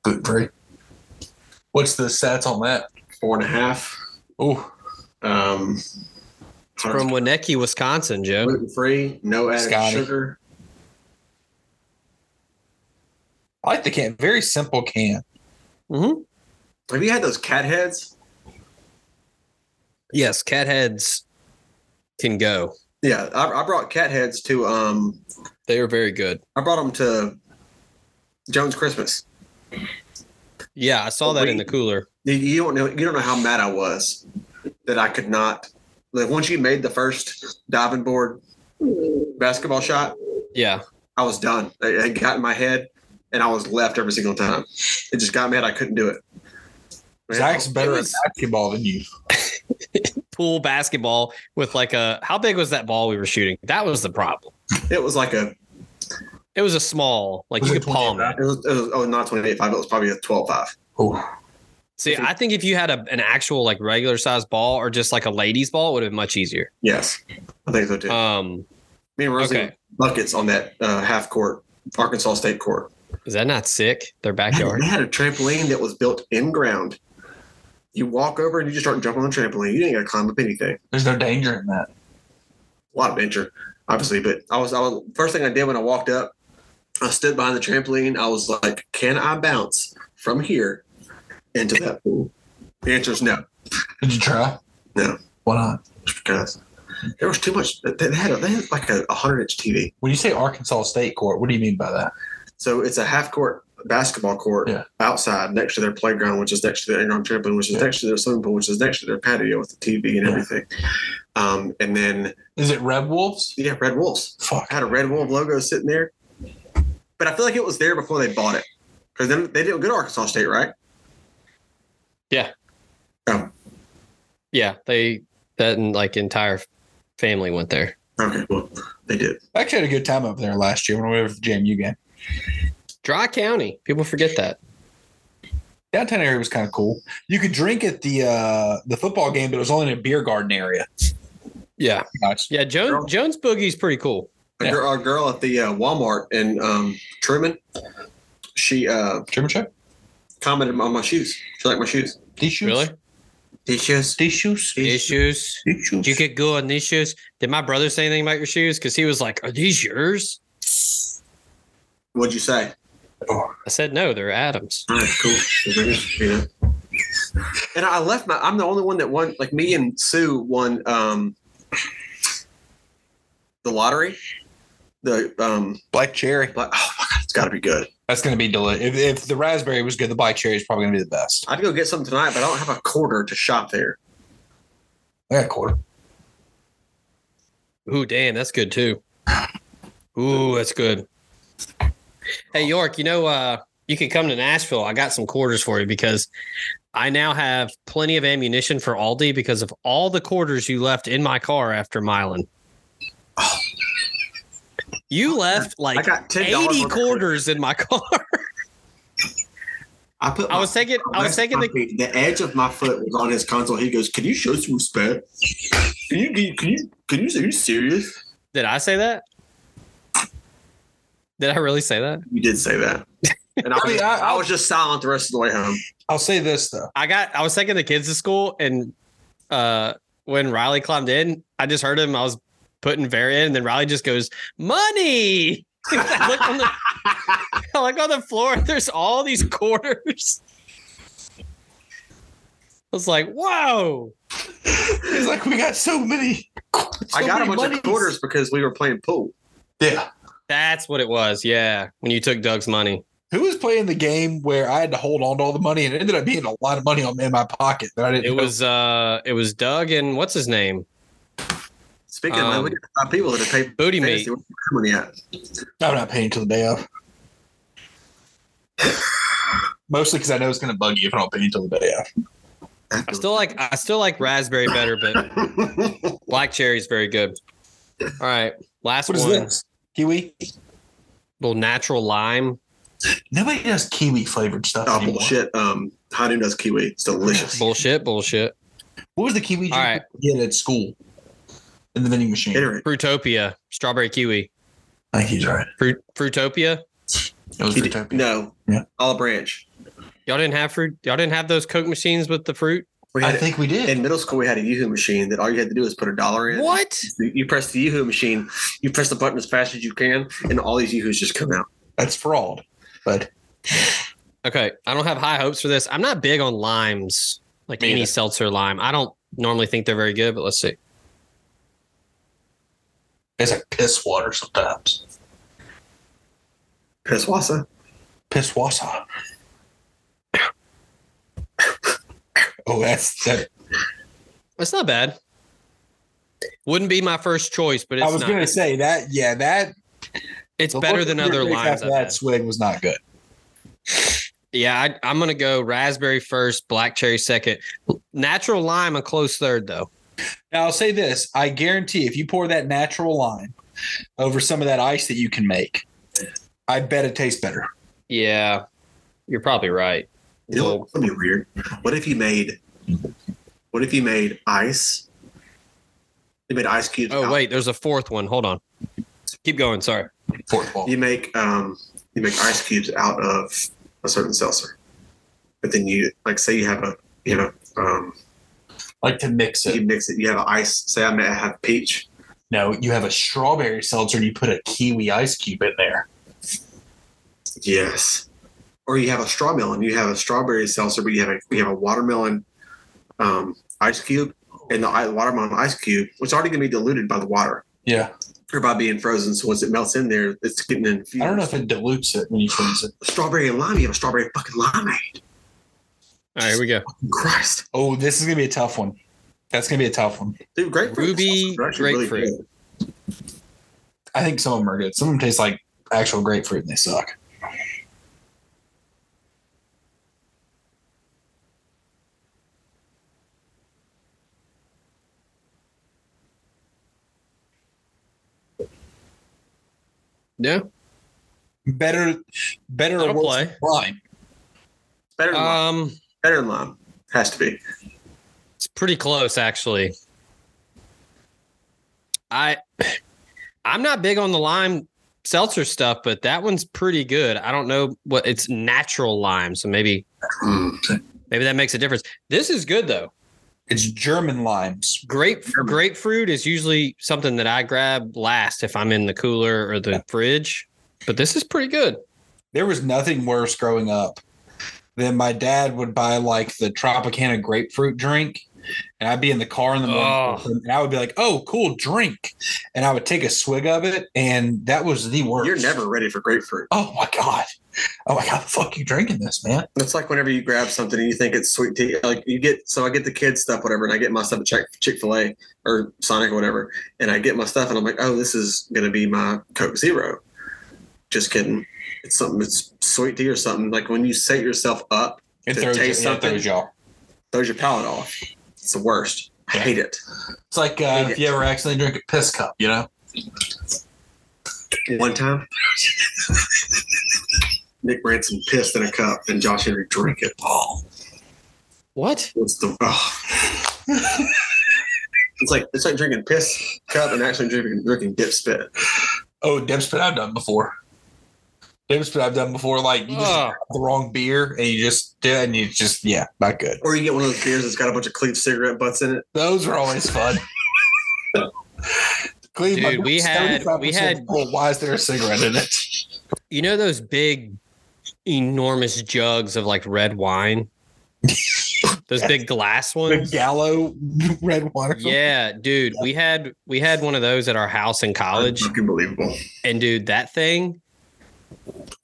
Gluten free. What's the stats on that? Four and a half. Oh, Um, From Winnetka, Wisconsin, Joe. gluten free, no added Scotty. sugar. I like the can. Very simple can. Mm-hmm. Have you had those cat heads? Yes, cat heads can go. Yeah, I, I brought cat heads to. Um, They are very good. I brought them to Jones Christmas. Yeah, I saw that in the cooler. You- You don't know. You don't know how mad I was that I could not. Like once you made the first diving board basketball shot, Yeah. I was done. It, it got in my head, and I was left every single time. It just got me mad. I couldn't do it. Man, Zach's it better was- at basketball than you. Pool basketball with like a, how big was that ball we were shooting? That was the problem. It was like a. It was a small, like you could palm it. It was, it was oh not twenty eight five. It was probably a twelve five. Oh, See, I think if you had a, an actual like regular size ball or just like a ladies ball, it would have been much easier. Yes, I think so too. Um, Me and Rosie okay. buckets on that uh, half court, Arkansas State court. is that not sick? Their <laughs> They backyard. had a trampoline that was built in ground. You walk over and you just start jumping on the trampoline. You ain't got to climb up anything. there's no danger in that. A lot of danger, obviously. But I was, I was first thing I did when I walked up, I stood behind the trampoline. I was like, "Can I bounce from here into that pool?" The answer is no. Did you try? No. Why not? Just because there was too much. They had, a, they had like a 100 inch TV. When you say Arkansas State Court, what do you mean by that? So it's a half court basketball court Yeah. outside next to their playground, which is next to their in-ground trampoline, which is Yeah. next to their swimming pool, which is next to their patio with the TV and Yeah. everything. Um, and then Is it Red Wolves? yeah, Red Wolves. Fuck. I had a Red Wolf logo sitting there, but I feel like it was there before they bought it because then they didn't go to Arkansas State, right? Yeah, they that and like entire family went there. Okay, well they did. I actually had a good time up there last year when we were at the JMU game. Dry County. People forget that. Downtown area was kind of cool. You could drink at the uh, the football game, but it was only in a beer garden area. Yeah. Nice. Yeah, Girl. Jones Jones Boogie's pretty cool. A, Yeah. girl, a girl at the uh, Walmart in um, Truman, she uh, Trimmer check. commented on my shoes. She liked my shoes. These shoes. Really? These shoes. These shoes. Issues. These shoes. Did you get good on these shoes? Did my brother say anything about your shoes? Because he was like, Are these yours? What'd you say? I said, No, they're Adams. All right, cool. Yeah. And I left my. I'm the only one that won. Like me and Sue won um the lottery. The um, black cherry. like, oh my god, it's got to be good. That's going to be delicious. If, if the raspberry was good, the black cherry is probably going to be the best. I'd go get some tonight, but I don't have a quarter to shop there. I got a quarter. Ooh, damn, that's good too. Ooh, that's good. Hey York, you know, uh, you can come to Nashville. I got some quarters for you because I now have plenty of ammunition for Aldi because of all the quarters you left in my car after Milan. You left I like got ten dollars. eighty quarters in my car. <laughs> I put. I was taking, I was taking the. the the edge of my foot was on his console. He goes, "Can you show some respect? Can you can you can you, can you are you serious? Did I say that? Did I really say that? You did say that." And I, I mean, was- I- I was just silent the rest of the way home. I'll say this though. I got I was taking the kids to school and uh when Riley climbed in, I just heard him. I was putting Vera in, and then Riley just goes, Money. <laughs> I look on the <laughs> I look on the floor, there's all these quarters. I was like, whoa. It's like we got so many. I so got a many bunch monies. of quarters because we were playing pool. Yeah. That's what it was. Yeah. When you took Doug's money. Who was playing the game where I had to hold on to all the money and it ended up being a lot of money on, in my pocket that I didn't. It know- was uh it was Doug and what's his name? Speaking of, Um, we got five people that have paid Booty meat. fantasy. Where's your money at? I'm not paying till the day of. Mostly because I know it's going to bug you if I don't pay until the day of. I still like I still like raspberry better, but <laughs> black cherry's very good. All right. Last What is one. this? Kiwi? little natural lime. Nobody does kiwi flavored stuff Oh anymore. bullshit! Um, High Noon does kiwi. It's delicious. Bullshit, bullshit. What was the kiwi juice All right. you had at school? In the vending machine. Gatorade. Fruitopia, strawberry kiwi. I think he's right. Fruit Fruitopia. It was He did- Fruitopia. No. Yeah. Olive Branch. Y'all didn't have fruit. Y'all didn't have those Coke machines with the fruit. We I had think we did. in middle school we had a Yoo-Hoo machine that all you had to do was put a dollar in. What? You press the Yoo-Hoo machine, you press the button as fast as you can, and all these Yoo-Hoos just come out. That's fraud. But Okay, I don't have high hopes for this. I'm not big on limes, like Me any either. seltzer lime. I don't normally think they're very good, but let's see. it's like piss water sometimes. Piswasa. Piss wasa. oh, that's that. It's not bad. Wouldn't be my first choice, but it's I was not. gonna say that. Yeah, that. it's the better look than on your other face limes. After I've that had. swig was not good. Yeah, I, I'm gonna go raspberry first, black cherry second, natural lime a close third though. Now I'll say this: I guarantee if you pour that natural lime over some of that ice that you can make, I bet it tastes better. Yeah, you're probably right. You know what would be weird? What if you made what if you made ice? You made ice cubes. Oh out. wait, there's a fourth one. Hold on. Keep going. Sorry. Fourth wall. You make um you make ice cubes out of a certain seltzer. But then you like say you have a you have a um Like to mix you it. mix it, you have an ice, say I may have peach. No, you have a strawberry seltzer and you put a kiwi ice cube in there. Yes. Or you have a straw melon. You have a strawberry seltzer, but you have a you have a watermelon um, ice cube, and the i- watermelon ice cube, which is already going to be diluted by the water Yeah, or by being frozen. So once it melts in there, it's getting infused. I don't know if it dilutes it when you freeze it. strawberry and lime. You have a strawberry fucking limeade. All right, here we go. Christ, Oh, this is gonna be a tough one. That's gonna be a tough one. dude, grapefruit Ruby seltzers are actually really grapefruit. good. I think some of them are good. Some of them taste like actual grapefruit and they suck. Yeah. Better, better or That'll worse play. than lime. Better Uh, than lime. Um, Better than lime. Has to be. it's pretty close actually. I I'm not big on the lime seltzer stuff, but that one's pretty good. I don't know what it's natural lime, so maybe maybe that makes a difference. This is good though. It's German limes. Grape grapefruit is usually something that I grab last if I'm in the cooler or the fridge, but this is pretty good. There was nothing worse growing up than my dad would buy like the Tropicana grapefruit drink. And I'd be in the car in the morning and I would be like, oh, cool drink. And I would take a swig of it. And that was the worst. You're never ready for grapefruit. Oh my God. Oh my God. The fuck you drinking this, man? It's like whenever you grab something and you think it's sweet tea. Like you get, so I get the kids stuff, whatever, and I get my stuff at Chick Fil A or Sonic or whatever, and I get my stuff, and I'm like, oh, this is gonna be my Coke Zero. Just kidding. It's something. It's sweet tea or something. Like when you set yourself up, It To throws, you, taste yeah, it throws something. you off. throws your palate off. It's the worst. I hate it. It's like uh, if you ever accidentally drink a piss cup, you know? One time, Nick Ransom pissed in a cup, and Josh Henry drank it. Oh, What? it's the. Oh. It's like it's like drinking piss cup and actually drinking drinking dip spit. Oh, dip spit I've done before. Dip spit I've done before. Like you just Ugh. grab the wrong beer and you just did and you just yeah, not good. Or you get one of those beers that's got a bunch of cleaved cigarette butts in it. Those are <laughs> always fun. Clean my Dude, we nose, had- we 75% had- full. why is there a cigarette <laughs> in it? You know those big, enormous jugs of like red <laughs> wine? those big glass The ones? Gallo red water. Yeah, dude, we had we had one of those at our house in college, Unbelievable. and dude, that thing.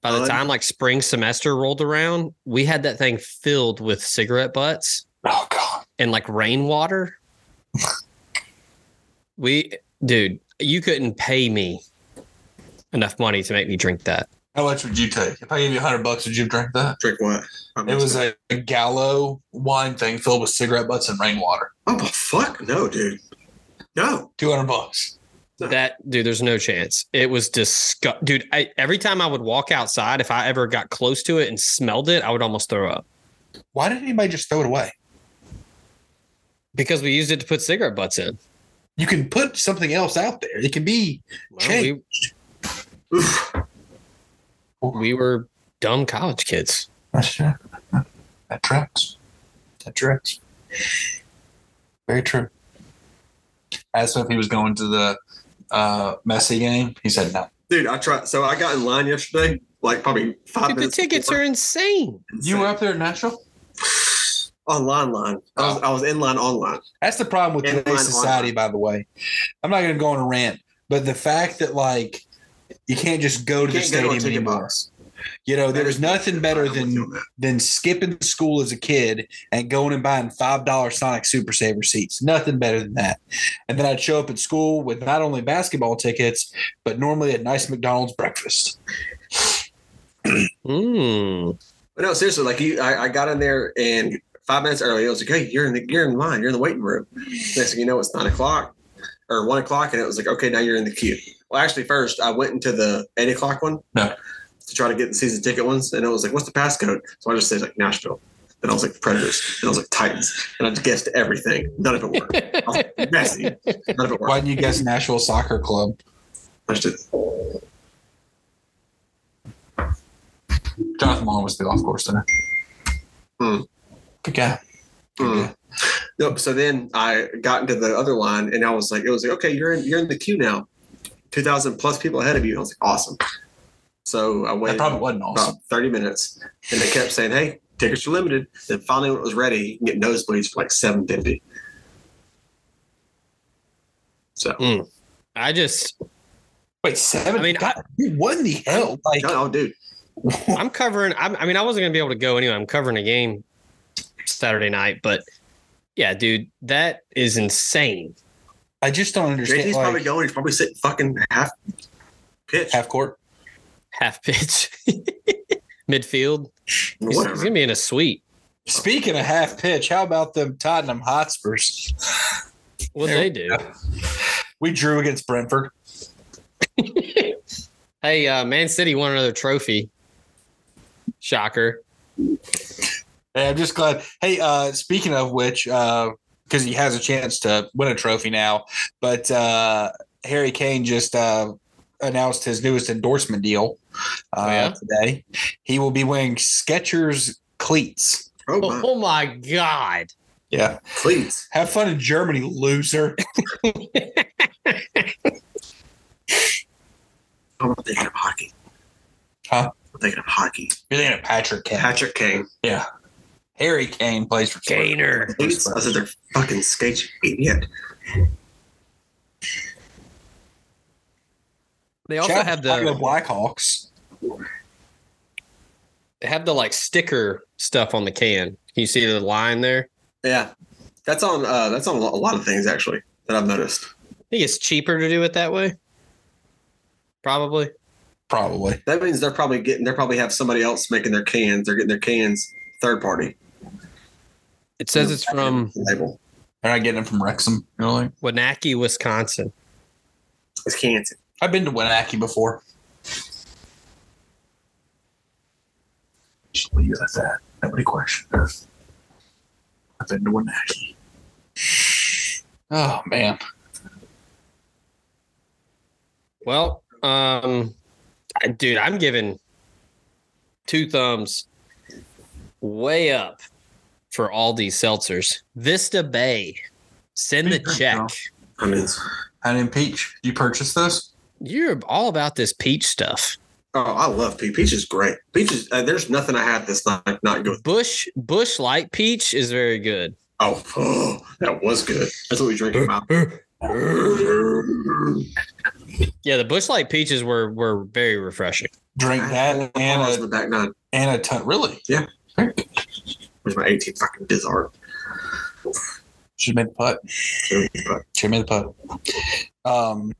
By the Un- time like spring semester rolled around, we had that thing filled with cigarette butts. Oh god. and like rainwater. we, dude, you couldn't pay me enough money to make me drink that. How much would you take? If I gave you hundred bucks, would you drink that? Drink what? I'm It was a, a Gallo wine thing filled with cigarette butts and rainwater. oh the fuck no, dude. No. Two hundred bucks. That dude, there's no chance. It was disgust. Dude, I, every time I would walk outside, if I ever got close to it and smelled it, I would almost throw up. Why did anybody just throw it away? because we used it to put cigarette butts in. You can put something else out there. It can be Well, Change. we, we were dumb college kids. That's true. That tracks. That tracks. Very true. As if he was going to the uh, Messi game, he said no. Dude, I tried. So I got in line yesterday, like probably five Dude, the minutes. tickets before. are insane. You were up there in Nashville. online line. I was, I was in line online. That's the problem with And today's mine society, by the way. I'm not going to go on a rant, but the fact that like you can't just go to the Can't go to stadium a ticket anymore. box. You know, there was nothing better I'm with you on than that. than skipping school as a kid and going and buying five dollar Sonic Super Saver seats. Nothing better than that. And then I'd show up at school with not only basketball tickets, but normally a nice McDonald's breakfast. Hmm. Mm. But no, seriously, like you, I, I got in there and five minutes early. It was like, hey, you're in the you're in line. You're in the waiting room. Next thing you know, it's nine o'clock or one o'clock, and it was like, okay, now you're in the queue. Well, actually, first I went into the eight o'clock one No. to try to get the season ticket ones, and it was like, what's the passcode? So I just said like Nashville. Then I was like Predators. Then I was like Titans, and I just guessed everything. None of it worked. I was like, messy. None of it worked. Why didn't <laughs> you guess Nashville Soccer Club? I just did- Jonathan Long was the off course center. Hmm. Good guy. Mm. Nope. So then I got into the other line, and I was like, it was like, okay, you're in, you're in the queue now. Two thousand plus people ahead of you. I was like, awesome. So I That waited probably wasn't about awesome. thirty minutes, and they kept saying, hey, tickets are limited. Then finally, when it was ready, you can get nosebleeds for like seven fifty. So Hmm. I just, Wait, seven. I mean, I- dude, what in the hell? Like, oh, dude, I'm covering. I'm, I mean, I wasn't gonna be able to go anyway. I'm covering a game Saturday night, but yeah, dude, that is insane. I just don't understand. JT's probably Like, going. He's probably sitting fucking half pitch. half court. Half pitch, <laughs> midfield. He's, he's whatever. gonna be in a suite. Speaking of half pitch, how about them Tottenham Hotspurs? What There they do? We drew against Brentford. Hey, uh, Man City won another trophy. Shocker. Hey, I'm just glad. Hey, uh, speaking of which, because he has a chance to win a trophy now, but uh, Harry Kane just uh, announced his newest endorsement deal uh, Oh, yeah? today. He will be wearing Skechers cleats. Oh my, Oh my god. Yeah. please. Have fun in Germany, loser. <laughs> I'm thinking of hockey. Huh? I'm thinking of hockey. You're thinking of Patrick Kane. Patrick Kane. Harry Kane plays for Gainer. I said they're fucking skate idiot. They also have the Blackhawks. they have the like sticker stuff on the can. You see the line there? Yeah, that's on. Uh, that's on a lot of things actually that I've noticed. I think it's cheaper to do it that way. Probably. Probably. That means they're probably getting. They probably have somebody else making their cans. They're getting their cans third party It says it's from label. They're not getting him from Wrexham. Really? Wanaki, Wisconsin. It's cans. I've been to Wenatchee before. Just leave it at that. Nobody questioned her. I've been to Wenatchee. Oh man. Well, um I- dude, I'm giving two thumbs way up for all these seltzers. Vista Bay. Send the check. I mean, I didn't peach. You purchased this? You're all about this peach stuff. oh, I love peach. Peach is great. Peach is. Uh, there's nothing I had that's not not good. Bush Bush Light Peach is very good. Oh, oh, <gasps> that was good. That's what we drink uh, in my. Yeah, the Bush Light Peaches were were very refreshing. Drink that Pause in and the a back nine. and a ton. Really? Where's my 18 fucking Dizzard? Should have made the putt. Should have made the putt. Um,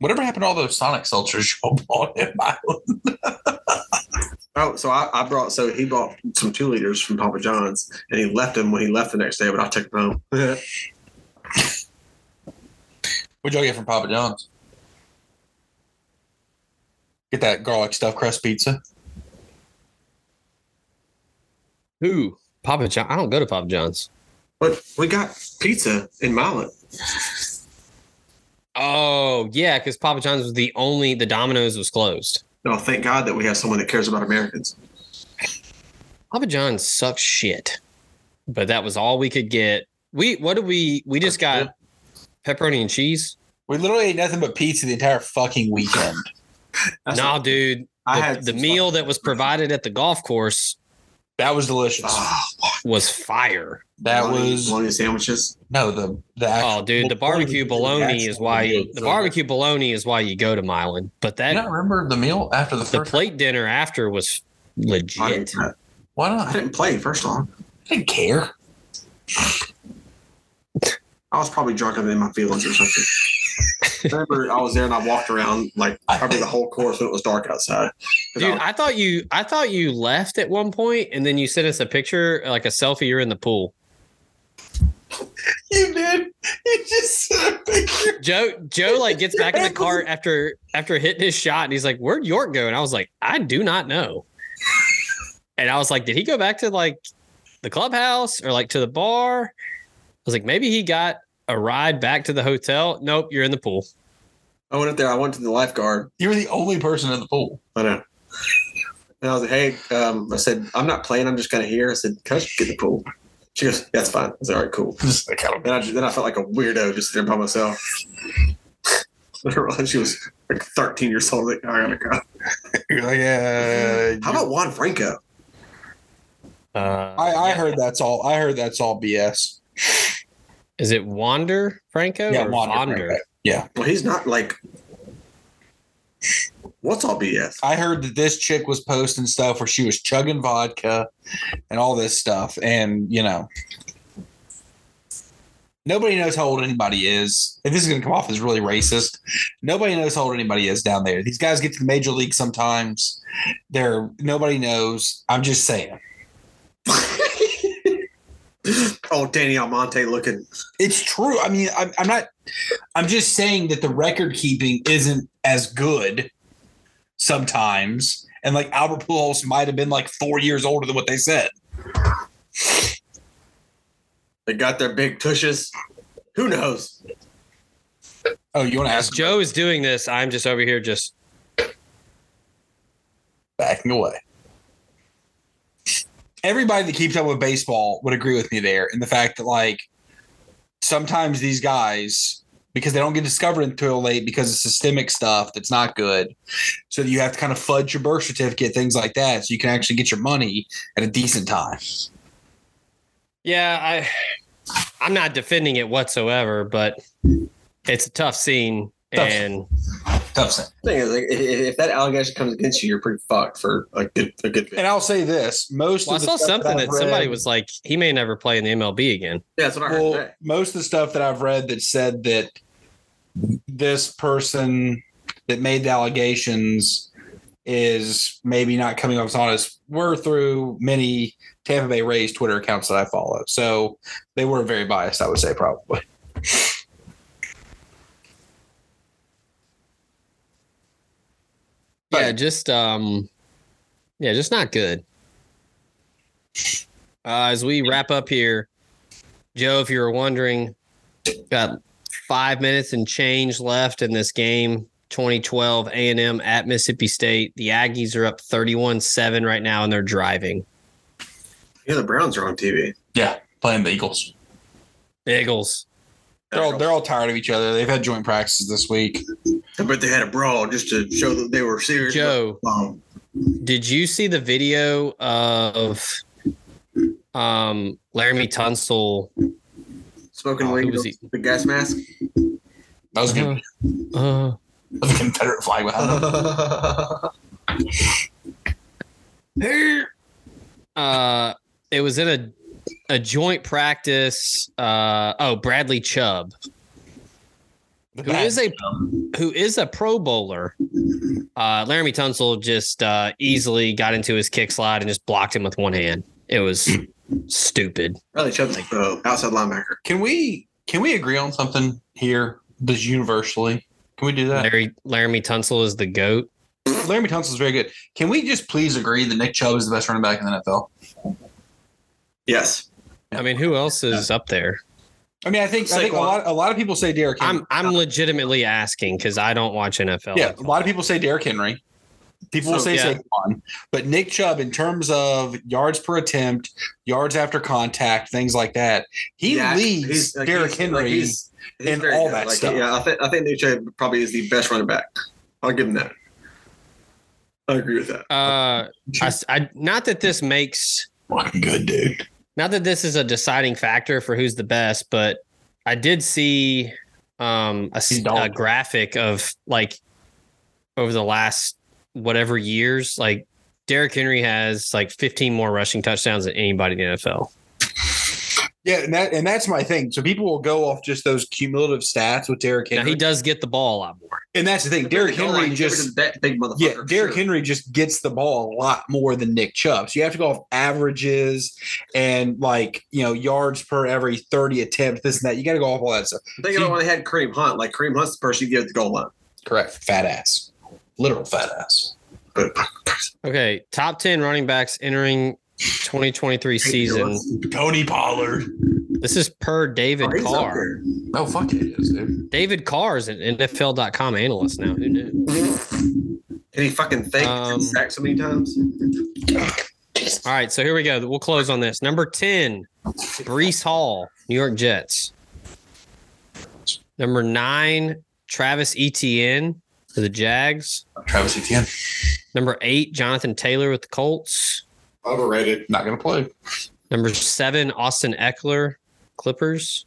whatever happened to all those Sonic seltzers you <laughs> bought in my Oh, so I, I brought so he bought some two liters from Papa John's and he left them when he left the next day, but I took <laughs> them home. What'd y'all get from Papa John's? Get that garlic stuffed crust pizza. Who? Papa John. I don't go to Papa John's. But we got pizza in Milan. Oh yeah, because Papa John's was the only the Domino's was closed. No, thank God that we have someone that cares about Americans. Papa John's sucks shit, but that was all we could get. We what did we? We just got pepperoni and cheese. We literally ate nothing but pizza the entire fucking weekend. No, That's nah, dude. I the, had the some meal fucking- that was provided at the golf course <laughs> that was delicious. Ah, was fire. that bologna- was bologna sandwiches. <sighs> no the the actual, Oh, dude, the barbecue bologna is why the barbecue bologna is why you go to Milan. But I that don't remember the meal after the the first. plate dinner after was I legit. didn't, I why not? I didn't play first off. didn't care. I was probably drunker than my feelings or <laughs> something. I remember I was there and I walked around like probably the whole course when it was dark outside. 'Cause I Dude, was- I thought you I thought you left at one point and then you sent us a picture like a selfie you're in the pool. you did. <laughs> You just sent <laughs> a picture. Joe Joe like gets back in <laughs> the cart after after hitting his shot and he's like, Where'd York go? And I was like, I do not know. And I was like, Did he go back to like the clubhouse or like to the bar? I was like, maybe he got a ride back to the hotel. Nope, you're in the pool. I went up there. I went to the lifeguard. You were the only person in the pool. <laughs> I know. And I was like, hey, um, I said, I'm not playing. I'm just kind of here. I said, can I just get in the pool? She goes, that's fine. I said, all right, cool. Just like, I don't- Then I, just, then I felt like a weirdo just there by myself. <laughs> I realized she was like 13 years old. I was like, "Oh, I gotta go. You're like, yeah. How about Juan Franco? Uh, I, I heard that's all. I heard that's all BS. is it Wander Franco? Yeah, or Wander Franco. Yeah, Well, he's not like. What's all BS? I heard that this chick was posting stuff where she was chugging vodka and all this stuff, and you know, nobody knows how old anybody is. And this is going to come off as really racist. Nobody knows how old anybody is down there. These guys get to the major league sometimes. They're nobody knows. I'm just saying, oh, Danny Almonte looking. it's true. I mean, I'm, I'm not. I'm just saying that the record keeping isn't as good sometimes. And like Albert Pujols might have been like four years older than what they said. They got their big tushes. Who knows? Oh, you want to As ask Joe is doing this, I'm just over here just backing away? Everybody that keeps up with baseball would agree with me there in the fact that like sometimes these guys because they don't get discovered until late because of systemic stuff that's not good. So you have to kind of fudge your birth certificate, things like that, so you can actually get your money at a decent time. Yeah, I I'm not defending it whatsoever, but it's a tough scene Tough. and Tough thing. Thing is, like, if, if if that allegation comes against you, you're pretty fucked for a good a good bit. And I'll say this: most well, I of the saw stuff something I've that somebody read- was like, he may never play in the MLB again. Yeah, that's what I heard. Well, today. most of the stuff that I've read that said that this person that made the allegations is maybe not coming off as honest were through many Tampa Bay Rays Twitter accounts that I follow. So they were very biased, I would say, probably. Right. Yeah, just um yeah, just not good. Uh, as we wrap up here, Joe, if you were wondering, got five minutes and change left in this game. 2012 A&M at Mississippi State. The Aggies are up 31-7 right now, and they're driving. yeah, the Browns are on TV. Yeah, playing the Eagles. Eagles. They're all they're all tired of each other. They've had joint practices this week. I bet they had a brawl just to show that they were serious. Joe, Um, Did you see the video of um Laramie Tunsil? smoking Oh, who weed, was he? the gas mask. That was Uh, good. uh, The Confederate flag behind them. uh, it was in a a joint practice. Uh, oh, Bradley Chubb, who <laughs> is a who is a Pro Bowler. Uh, Laramie Tunsil just uh, easily got into his kick slide and just blocked him with one hand. It was stupid. Really, Chubb's like the Uh, outside linebacker. Can we can we agree on something here? This universally, can we do that? Larry Laramie Tunsil is the goat. Laramie Tunsil is very good. Can we just please agree that Nick Chubb is the best running back in the NFL? Yes. I mean, who else is up there? I mean, I think I think a Saquon. lot a lot of people say Derrick. Henry. I'm I'm legitimately asking because I don't watch NFL. yeah, a lot of people say Derrick Henry. People will So, say yeah. Saquon, but Nick Chubb, in terms of yards per attempt, yards after contact, things like that, he Yeah, leads like, Derrick he's- Henry. like, he's, he's and very all good. that Like, stuff. Yeah, I think I think Nick Chubb probably is the best running back. I'll give him that. I agree with that. Uh, I s I not that this makes fucking good, dude. not that this is a deciding factor for who's the best, but I did see um, a, s- He's a dogged. graphic of like over the last whatever years, like Derrick Henry has like 15 more rushing touchdowns than anybody in the NFL. Yeah, and that and that's my thing. So people will go off just those cumulative stats with Derrick Now Henry, he does get the ball a lot more. and that's the thing. Derrick Henry just that big motherfucker. yeah, Derrick sure. Henry just gets the ball a lot more than Nick Chubb. So you have to go off averages and like you know yards per every thirty attempt, this and that. You got to go off all that stuff. Think about when they had Kareem Hunt. Like Kareem Hunt's the person you give at the goal line. Correct, fat ass, literal fat ass. But Okay, top 10 running backs entering 2023 season. Tony Pollard. This is per David he's up Carr. there. Oh fuck it is, dude. David Carr is an NFL.com analyst now. Who knew? Can he fucking think Um, sack so many times? All right, so here we go. We'll close on this. Number 10, Brees Hall, New York Jets. Number nine, Travis Etienne for the Jags. Travis Etienne Number eight, Jonathan Taylor with the Colts. Overrated. not gonna play. Number seven, Austin Eckler, Clippers.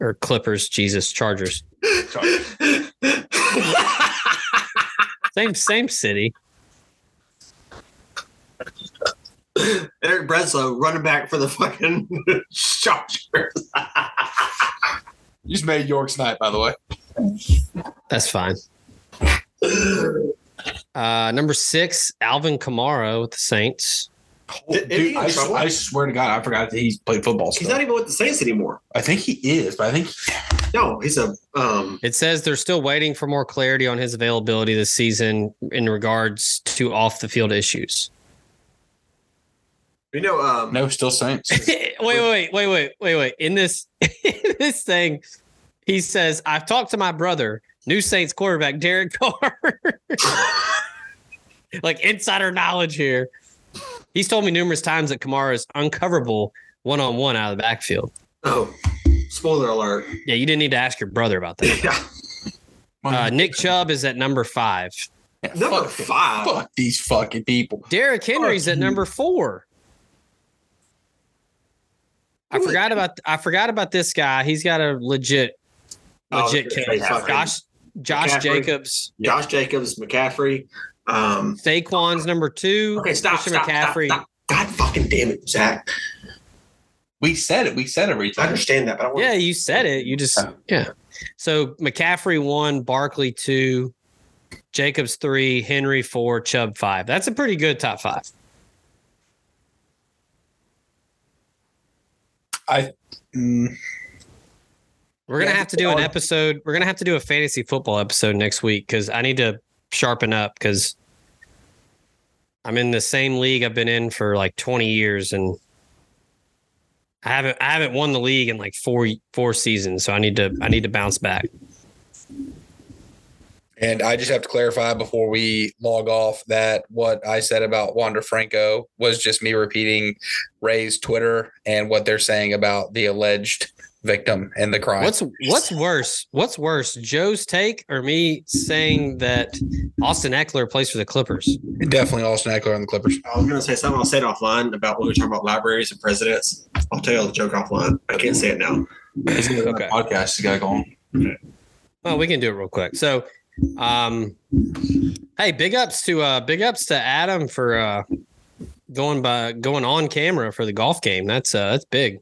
Or Clippers, Jesus, Chargers. <laughs> Same same city. Eric Breslow, running back for the fucking <laughs> Chargers. You just made York's night, by the way. That's fine. Uh, number six, Alvin Kamara with the Saints. Is- is he Dude, in I, trouble? I swear to God, I forgot that he's played football. He's Still. not even with the Saints anymore. I think he is, but I think No, he's a um. It says they're still waiting for more clarity on his availability this season in regards to off the field issues. You know, um, no, still Saints. <laughs> wait, wait, wait, wait, wait, wait, wait. In this <laughs> in this thing, he says, I've talked to my brother, new Saints quarterback, Derek Carr. <laughs> like insider knowledge here. He's told me numerous times that Kamara is uncoverable one on one out of the backfield. oh, spoiler alert. <laughs> Yeah, you didn't need to ask your brother about that. Yeah, Uh, Nick Chubb is at number five. Yeah, number fuck it. five. Fuck these fucking people. Derrick Henry's Fuck at you. number four. I Who is- forgot about I forgot about this guy. He's got a legit Oh, legit yeah, case. fucking Josh Josh McCaffrey. Jacobs. Josh Jacobs, McCaffrey. Um, Saquon's number two. okay, stop, Christian stop, stop, McCaffrey. stop. God fucking damn it, Zach. We said it. We said every I time. understand that, but I want Yeah, you said it. You just Oh. Yeah. yeah. So McCaffrey one, Barkley two, Jacobs three, Henry four, Chubb five. That's a pretty good top five. Mm, We're gonna Yeah, have to do an on- episode. We're gonna have to do a fantasy football episode next week because I need to sharpen up because I'm in the same league I've been in for like 20 years and I haven't I haven't won the league in like four four seasons. So I need to I need to bounce back. and I just have to clarify before we log off that what I said about Wander Franco was just me repeating Ray's Twitter and what they're saying about the alleged victim and the crime. What's what's worse? What's worse, Joe's take or me saying that Austin Eckler plays for the Clippers? definitely Austin Eckler on the Clippers? I was gonna say something I'll say it offline about when we talk about libraries and presidents. I'll tell you the joke offline. I can't say it now. He's gonna Okay. podcast. He's got to go on. Well, we can do it real quick. So, um, hey, big ups to uh, big ups to Adam for uh, going by going on camera for the golf game. That's uh, that's big.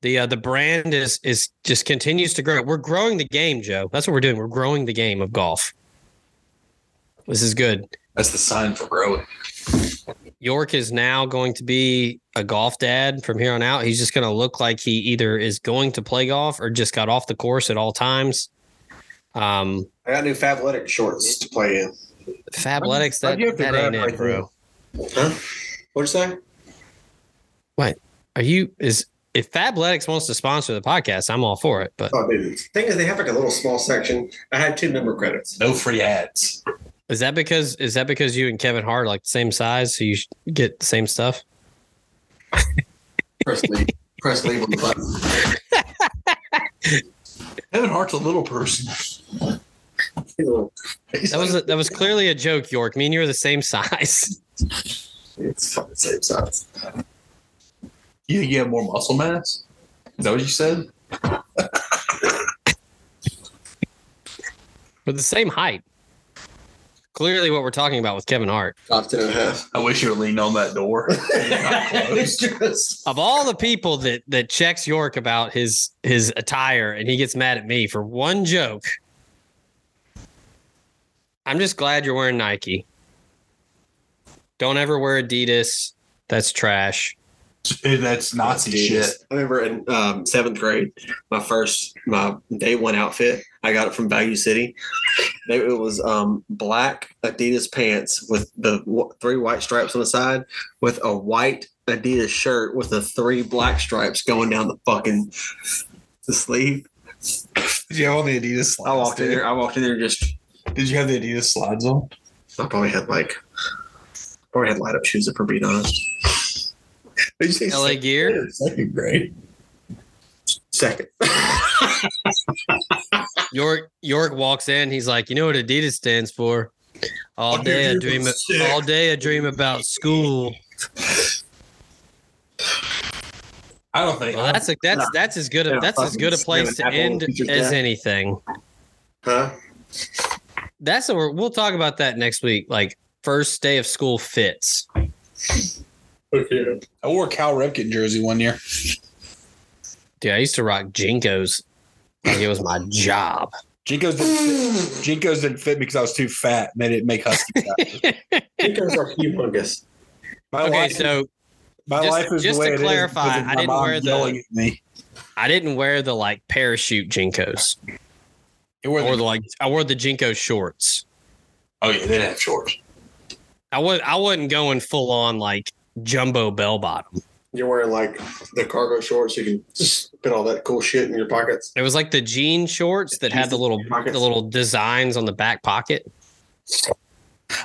The uh, the brand is is just continues to grow. We're growing the game, Joe. That's what we're doing. We're growing the game of golf. This is good. That's the sign for growing. York is now going to be a golf dad from here on out. He's just going to look like he either is going to play golf or just got off the course at all times. Um, I got new Favletic shorts to play in. Fabletics, that, Why'd you have to that grab ain't it, like bro. Huh? What'd you say? What? Are you is if Fabletics wants to sponsor the podcast, I'm all for it. But Oh, dude. Thing is, they have like a little small section. I had two member credits. No free ads. is that because is that because you and Kevin Hart are like the same size, so you sh- get the same stuff? Press leave. Press leave on the button. Kevin Hart's a little person. He's a little- That was a, that was clearly a joke, York. Me and you are the same <laughs> size. It's fucking same size. You think you have more muscle mass? Is that what you said? We're the same height. Clearly, what we're talking about with Kevin Hart. Top ten and a half. I wish you would lean on that door. <laughs> it's just Of all the people that that checks York about his his attire, and he gets mad at me for one joke. I'm just glad you're wearing Nike. Don't ever wear Adidas. That's trash. Dude, that's Nazi shit. I remember in um, seventh grade, my first my day one outfit. I got it from Value City. They, it was um, black Adidas pants with the w- three white stripes on the side, with a white Adidas shirt with the three black stripes going down the fucking the sleeve. Did you have all the Adidas slides? I walked in dude? there. I walked in there just. Did you have the Adidas slides on? I probably had like. Probably had light up shoes. If we're being honest. Did you say LA gear. second grade? Second. York York walks in. He's like, you know what Adidas stands for? All Oh, day I dude, dream. that's sick. All day I dream about school. I don't think. Well, that's a, that's that's as good a that's as good a place to end as anything. Huh? That's a, we'll talk about that next week. Like first day of school fits. I wore a Cal Ripken jersey one year. Dude, I used to rock Jinkos. Like it was my job. Jinkos didn't fit, Jinkos didn't fit because I was too fat. and They didn't <laughs> make husky. size. Jinkos are humongous. My Okay, life, so my just- life is just the way to it is clarify, because of I my didn't mom wear the- yelling at me. I didn't wear the like parachute Jinkos It wore or the, the like I wore the Jinko shorts. oh yeah, they didn't have shorts. I was I wasn't going full on like jumbo bell bottom. You're wearing like the cargo shorts. You can just put all that cool shit in your pockets. It was like the jean shorts that had the little the little designs on the back pocket.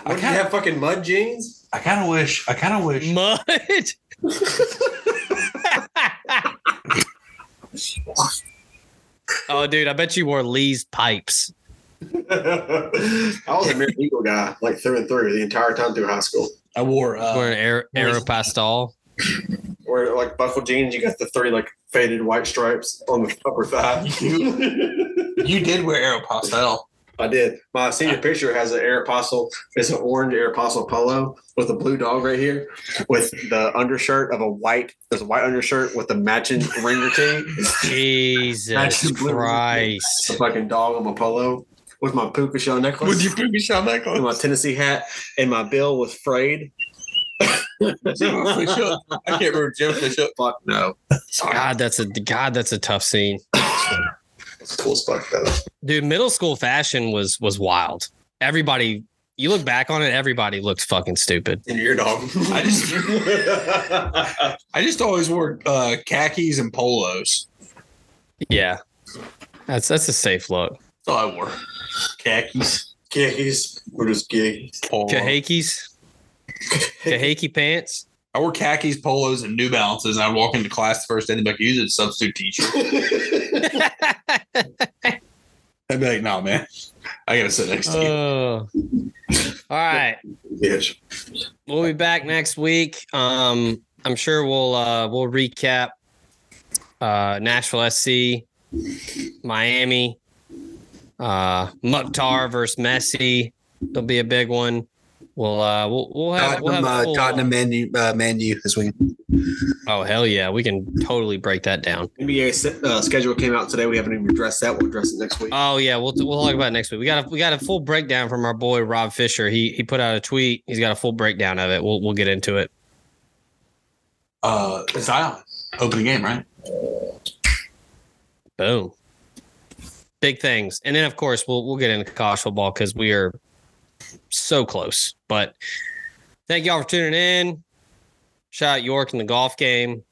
What, do you have fucking mud jeans? I kind of wish. I kind of wish. Mud. <laughs> oh, dude! I bet you wore Lee's pipes. I was a American Eagle guy, like through and through, the entire time through high school. I wore. Uh, Wearing Aer- Aeropostale. Or like buckle jeans, you got the three like faded white stripes on the upper thigh. you did wear Aeropostale. I did. My senior picture has an Aeropostale. It's an orange Aeropostale polo with a blue dog right here, with the undershirt of a white. There's a white undershirt with the matching ringer tee. Jesus Actually, blue was- Christ. a fucking dog on my polo with my puka shell necklace, with pinky shell necklace? <laughs> my Tennessee hat, and my bill was frayed. Jim Fisher. I can't remember Jim Fisher. Fuck no, God, that's a God, that's a tough scene. it's cool as fuck though. Dude, middle school fashion was was wild. Everybody you look back on it, everybody looks fucking stupid. And your dog. I just, <laughs> I just always wore uh, khakis and polos. Yeah. That's that's a safe look. That's all I wore. Khakis, Khakis. We're just giggies. <laughs> polos. Kahakis. Kahaki pants. <laughs> I wore khakis, polos, and New Balances, and I'd walk into class the first day and be like, "Use a substitute <laughs> teacher." I'd be like, "No, man, I gotta sit next to you." Oh. All right. Uh, Bitch. We'll be back next week. Um, I'm sure we'll uh, we'll recap uh, Nashville SC, Miami, uh, Mukhtar versus Messi. It'll be a big one. We'll uh, we'll we'll have, we'll have Tottenham, a uh, full- Tottenham menu, uh, menu this weekend. Oh hell yeah, we can totally break that down. NBA se- uh, schedule came out today. We haven't even addressed that. We'll address it next week. Oh yeah, we'll we'll talk about it next week. We got a we got a full breakdown from our boy Rob Fisher. He he put out a tweet. He's got a full breakdown of it. We'll we'll get into it. Uh, Zion, opening game, right? Boom. Big things. And then of course we'll we'll get into college football because we are so close. But thank y'all for tuning in. Shout out York in the golf game.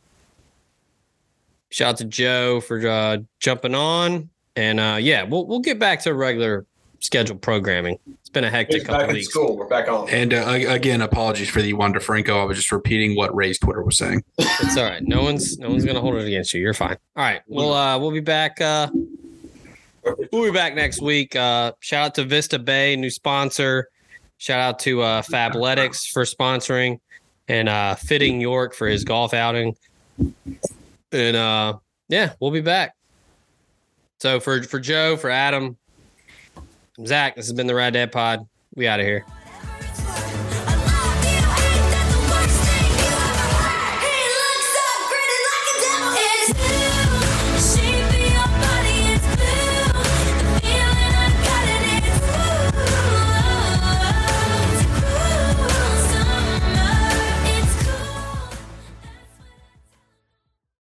Shout out to Joe for uh, jumping on, and uh, yeah, we'll we'll get back to regular scheduled programming. It's been a hectic He's couple back in weeks. school. We're back on. And uh, ag- again, apologies for the Juan DeFranco. I was just repeating what Ray's Twitter was saying. It's all right. No one's no one's gonna hold it against you. You're fine. All right. Well, uh, we'll be back. Uh, we'll be back next week. Uh, shout out to Vista Bay, new sponsor. Shout out to uh, Fabletics for sponsoring, and uh, Fitting York for his golf outing. And uh, yeah, we'll be back. So for for Joe, for Adam, Zach, this has been the Rad Dad Pod. We out of here.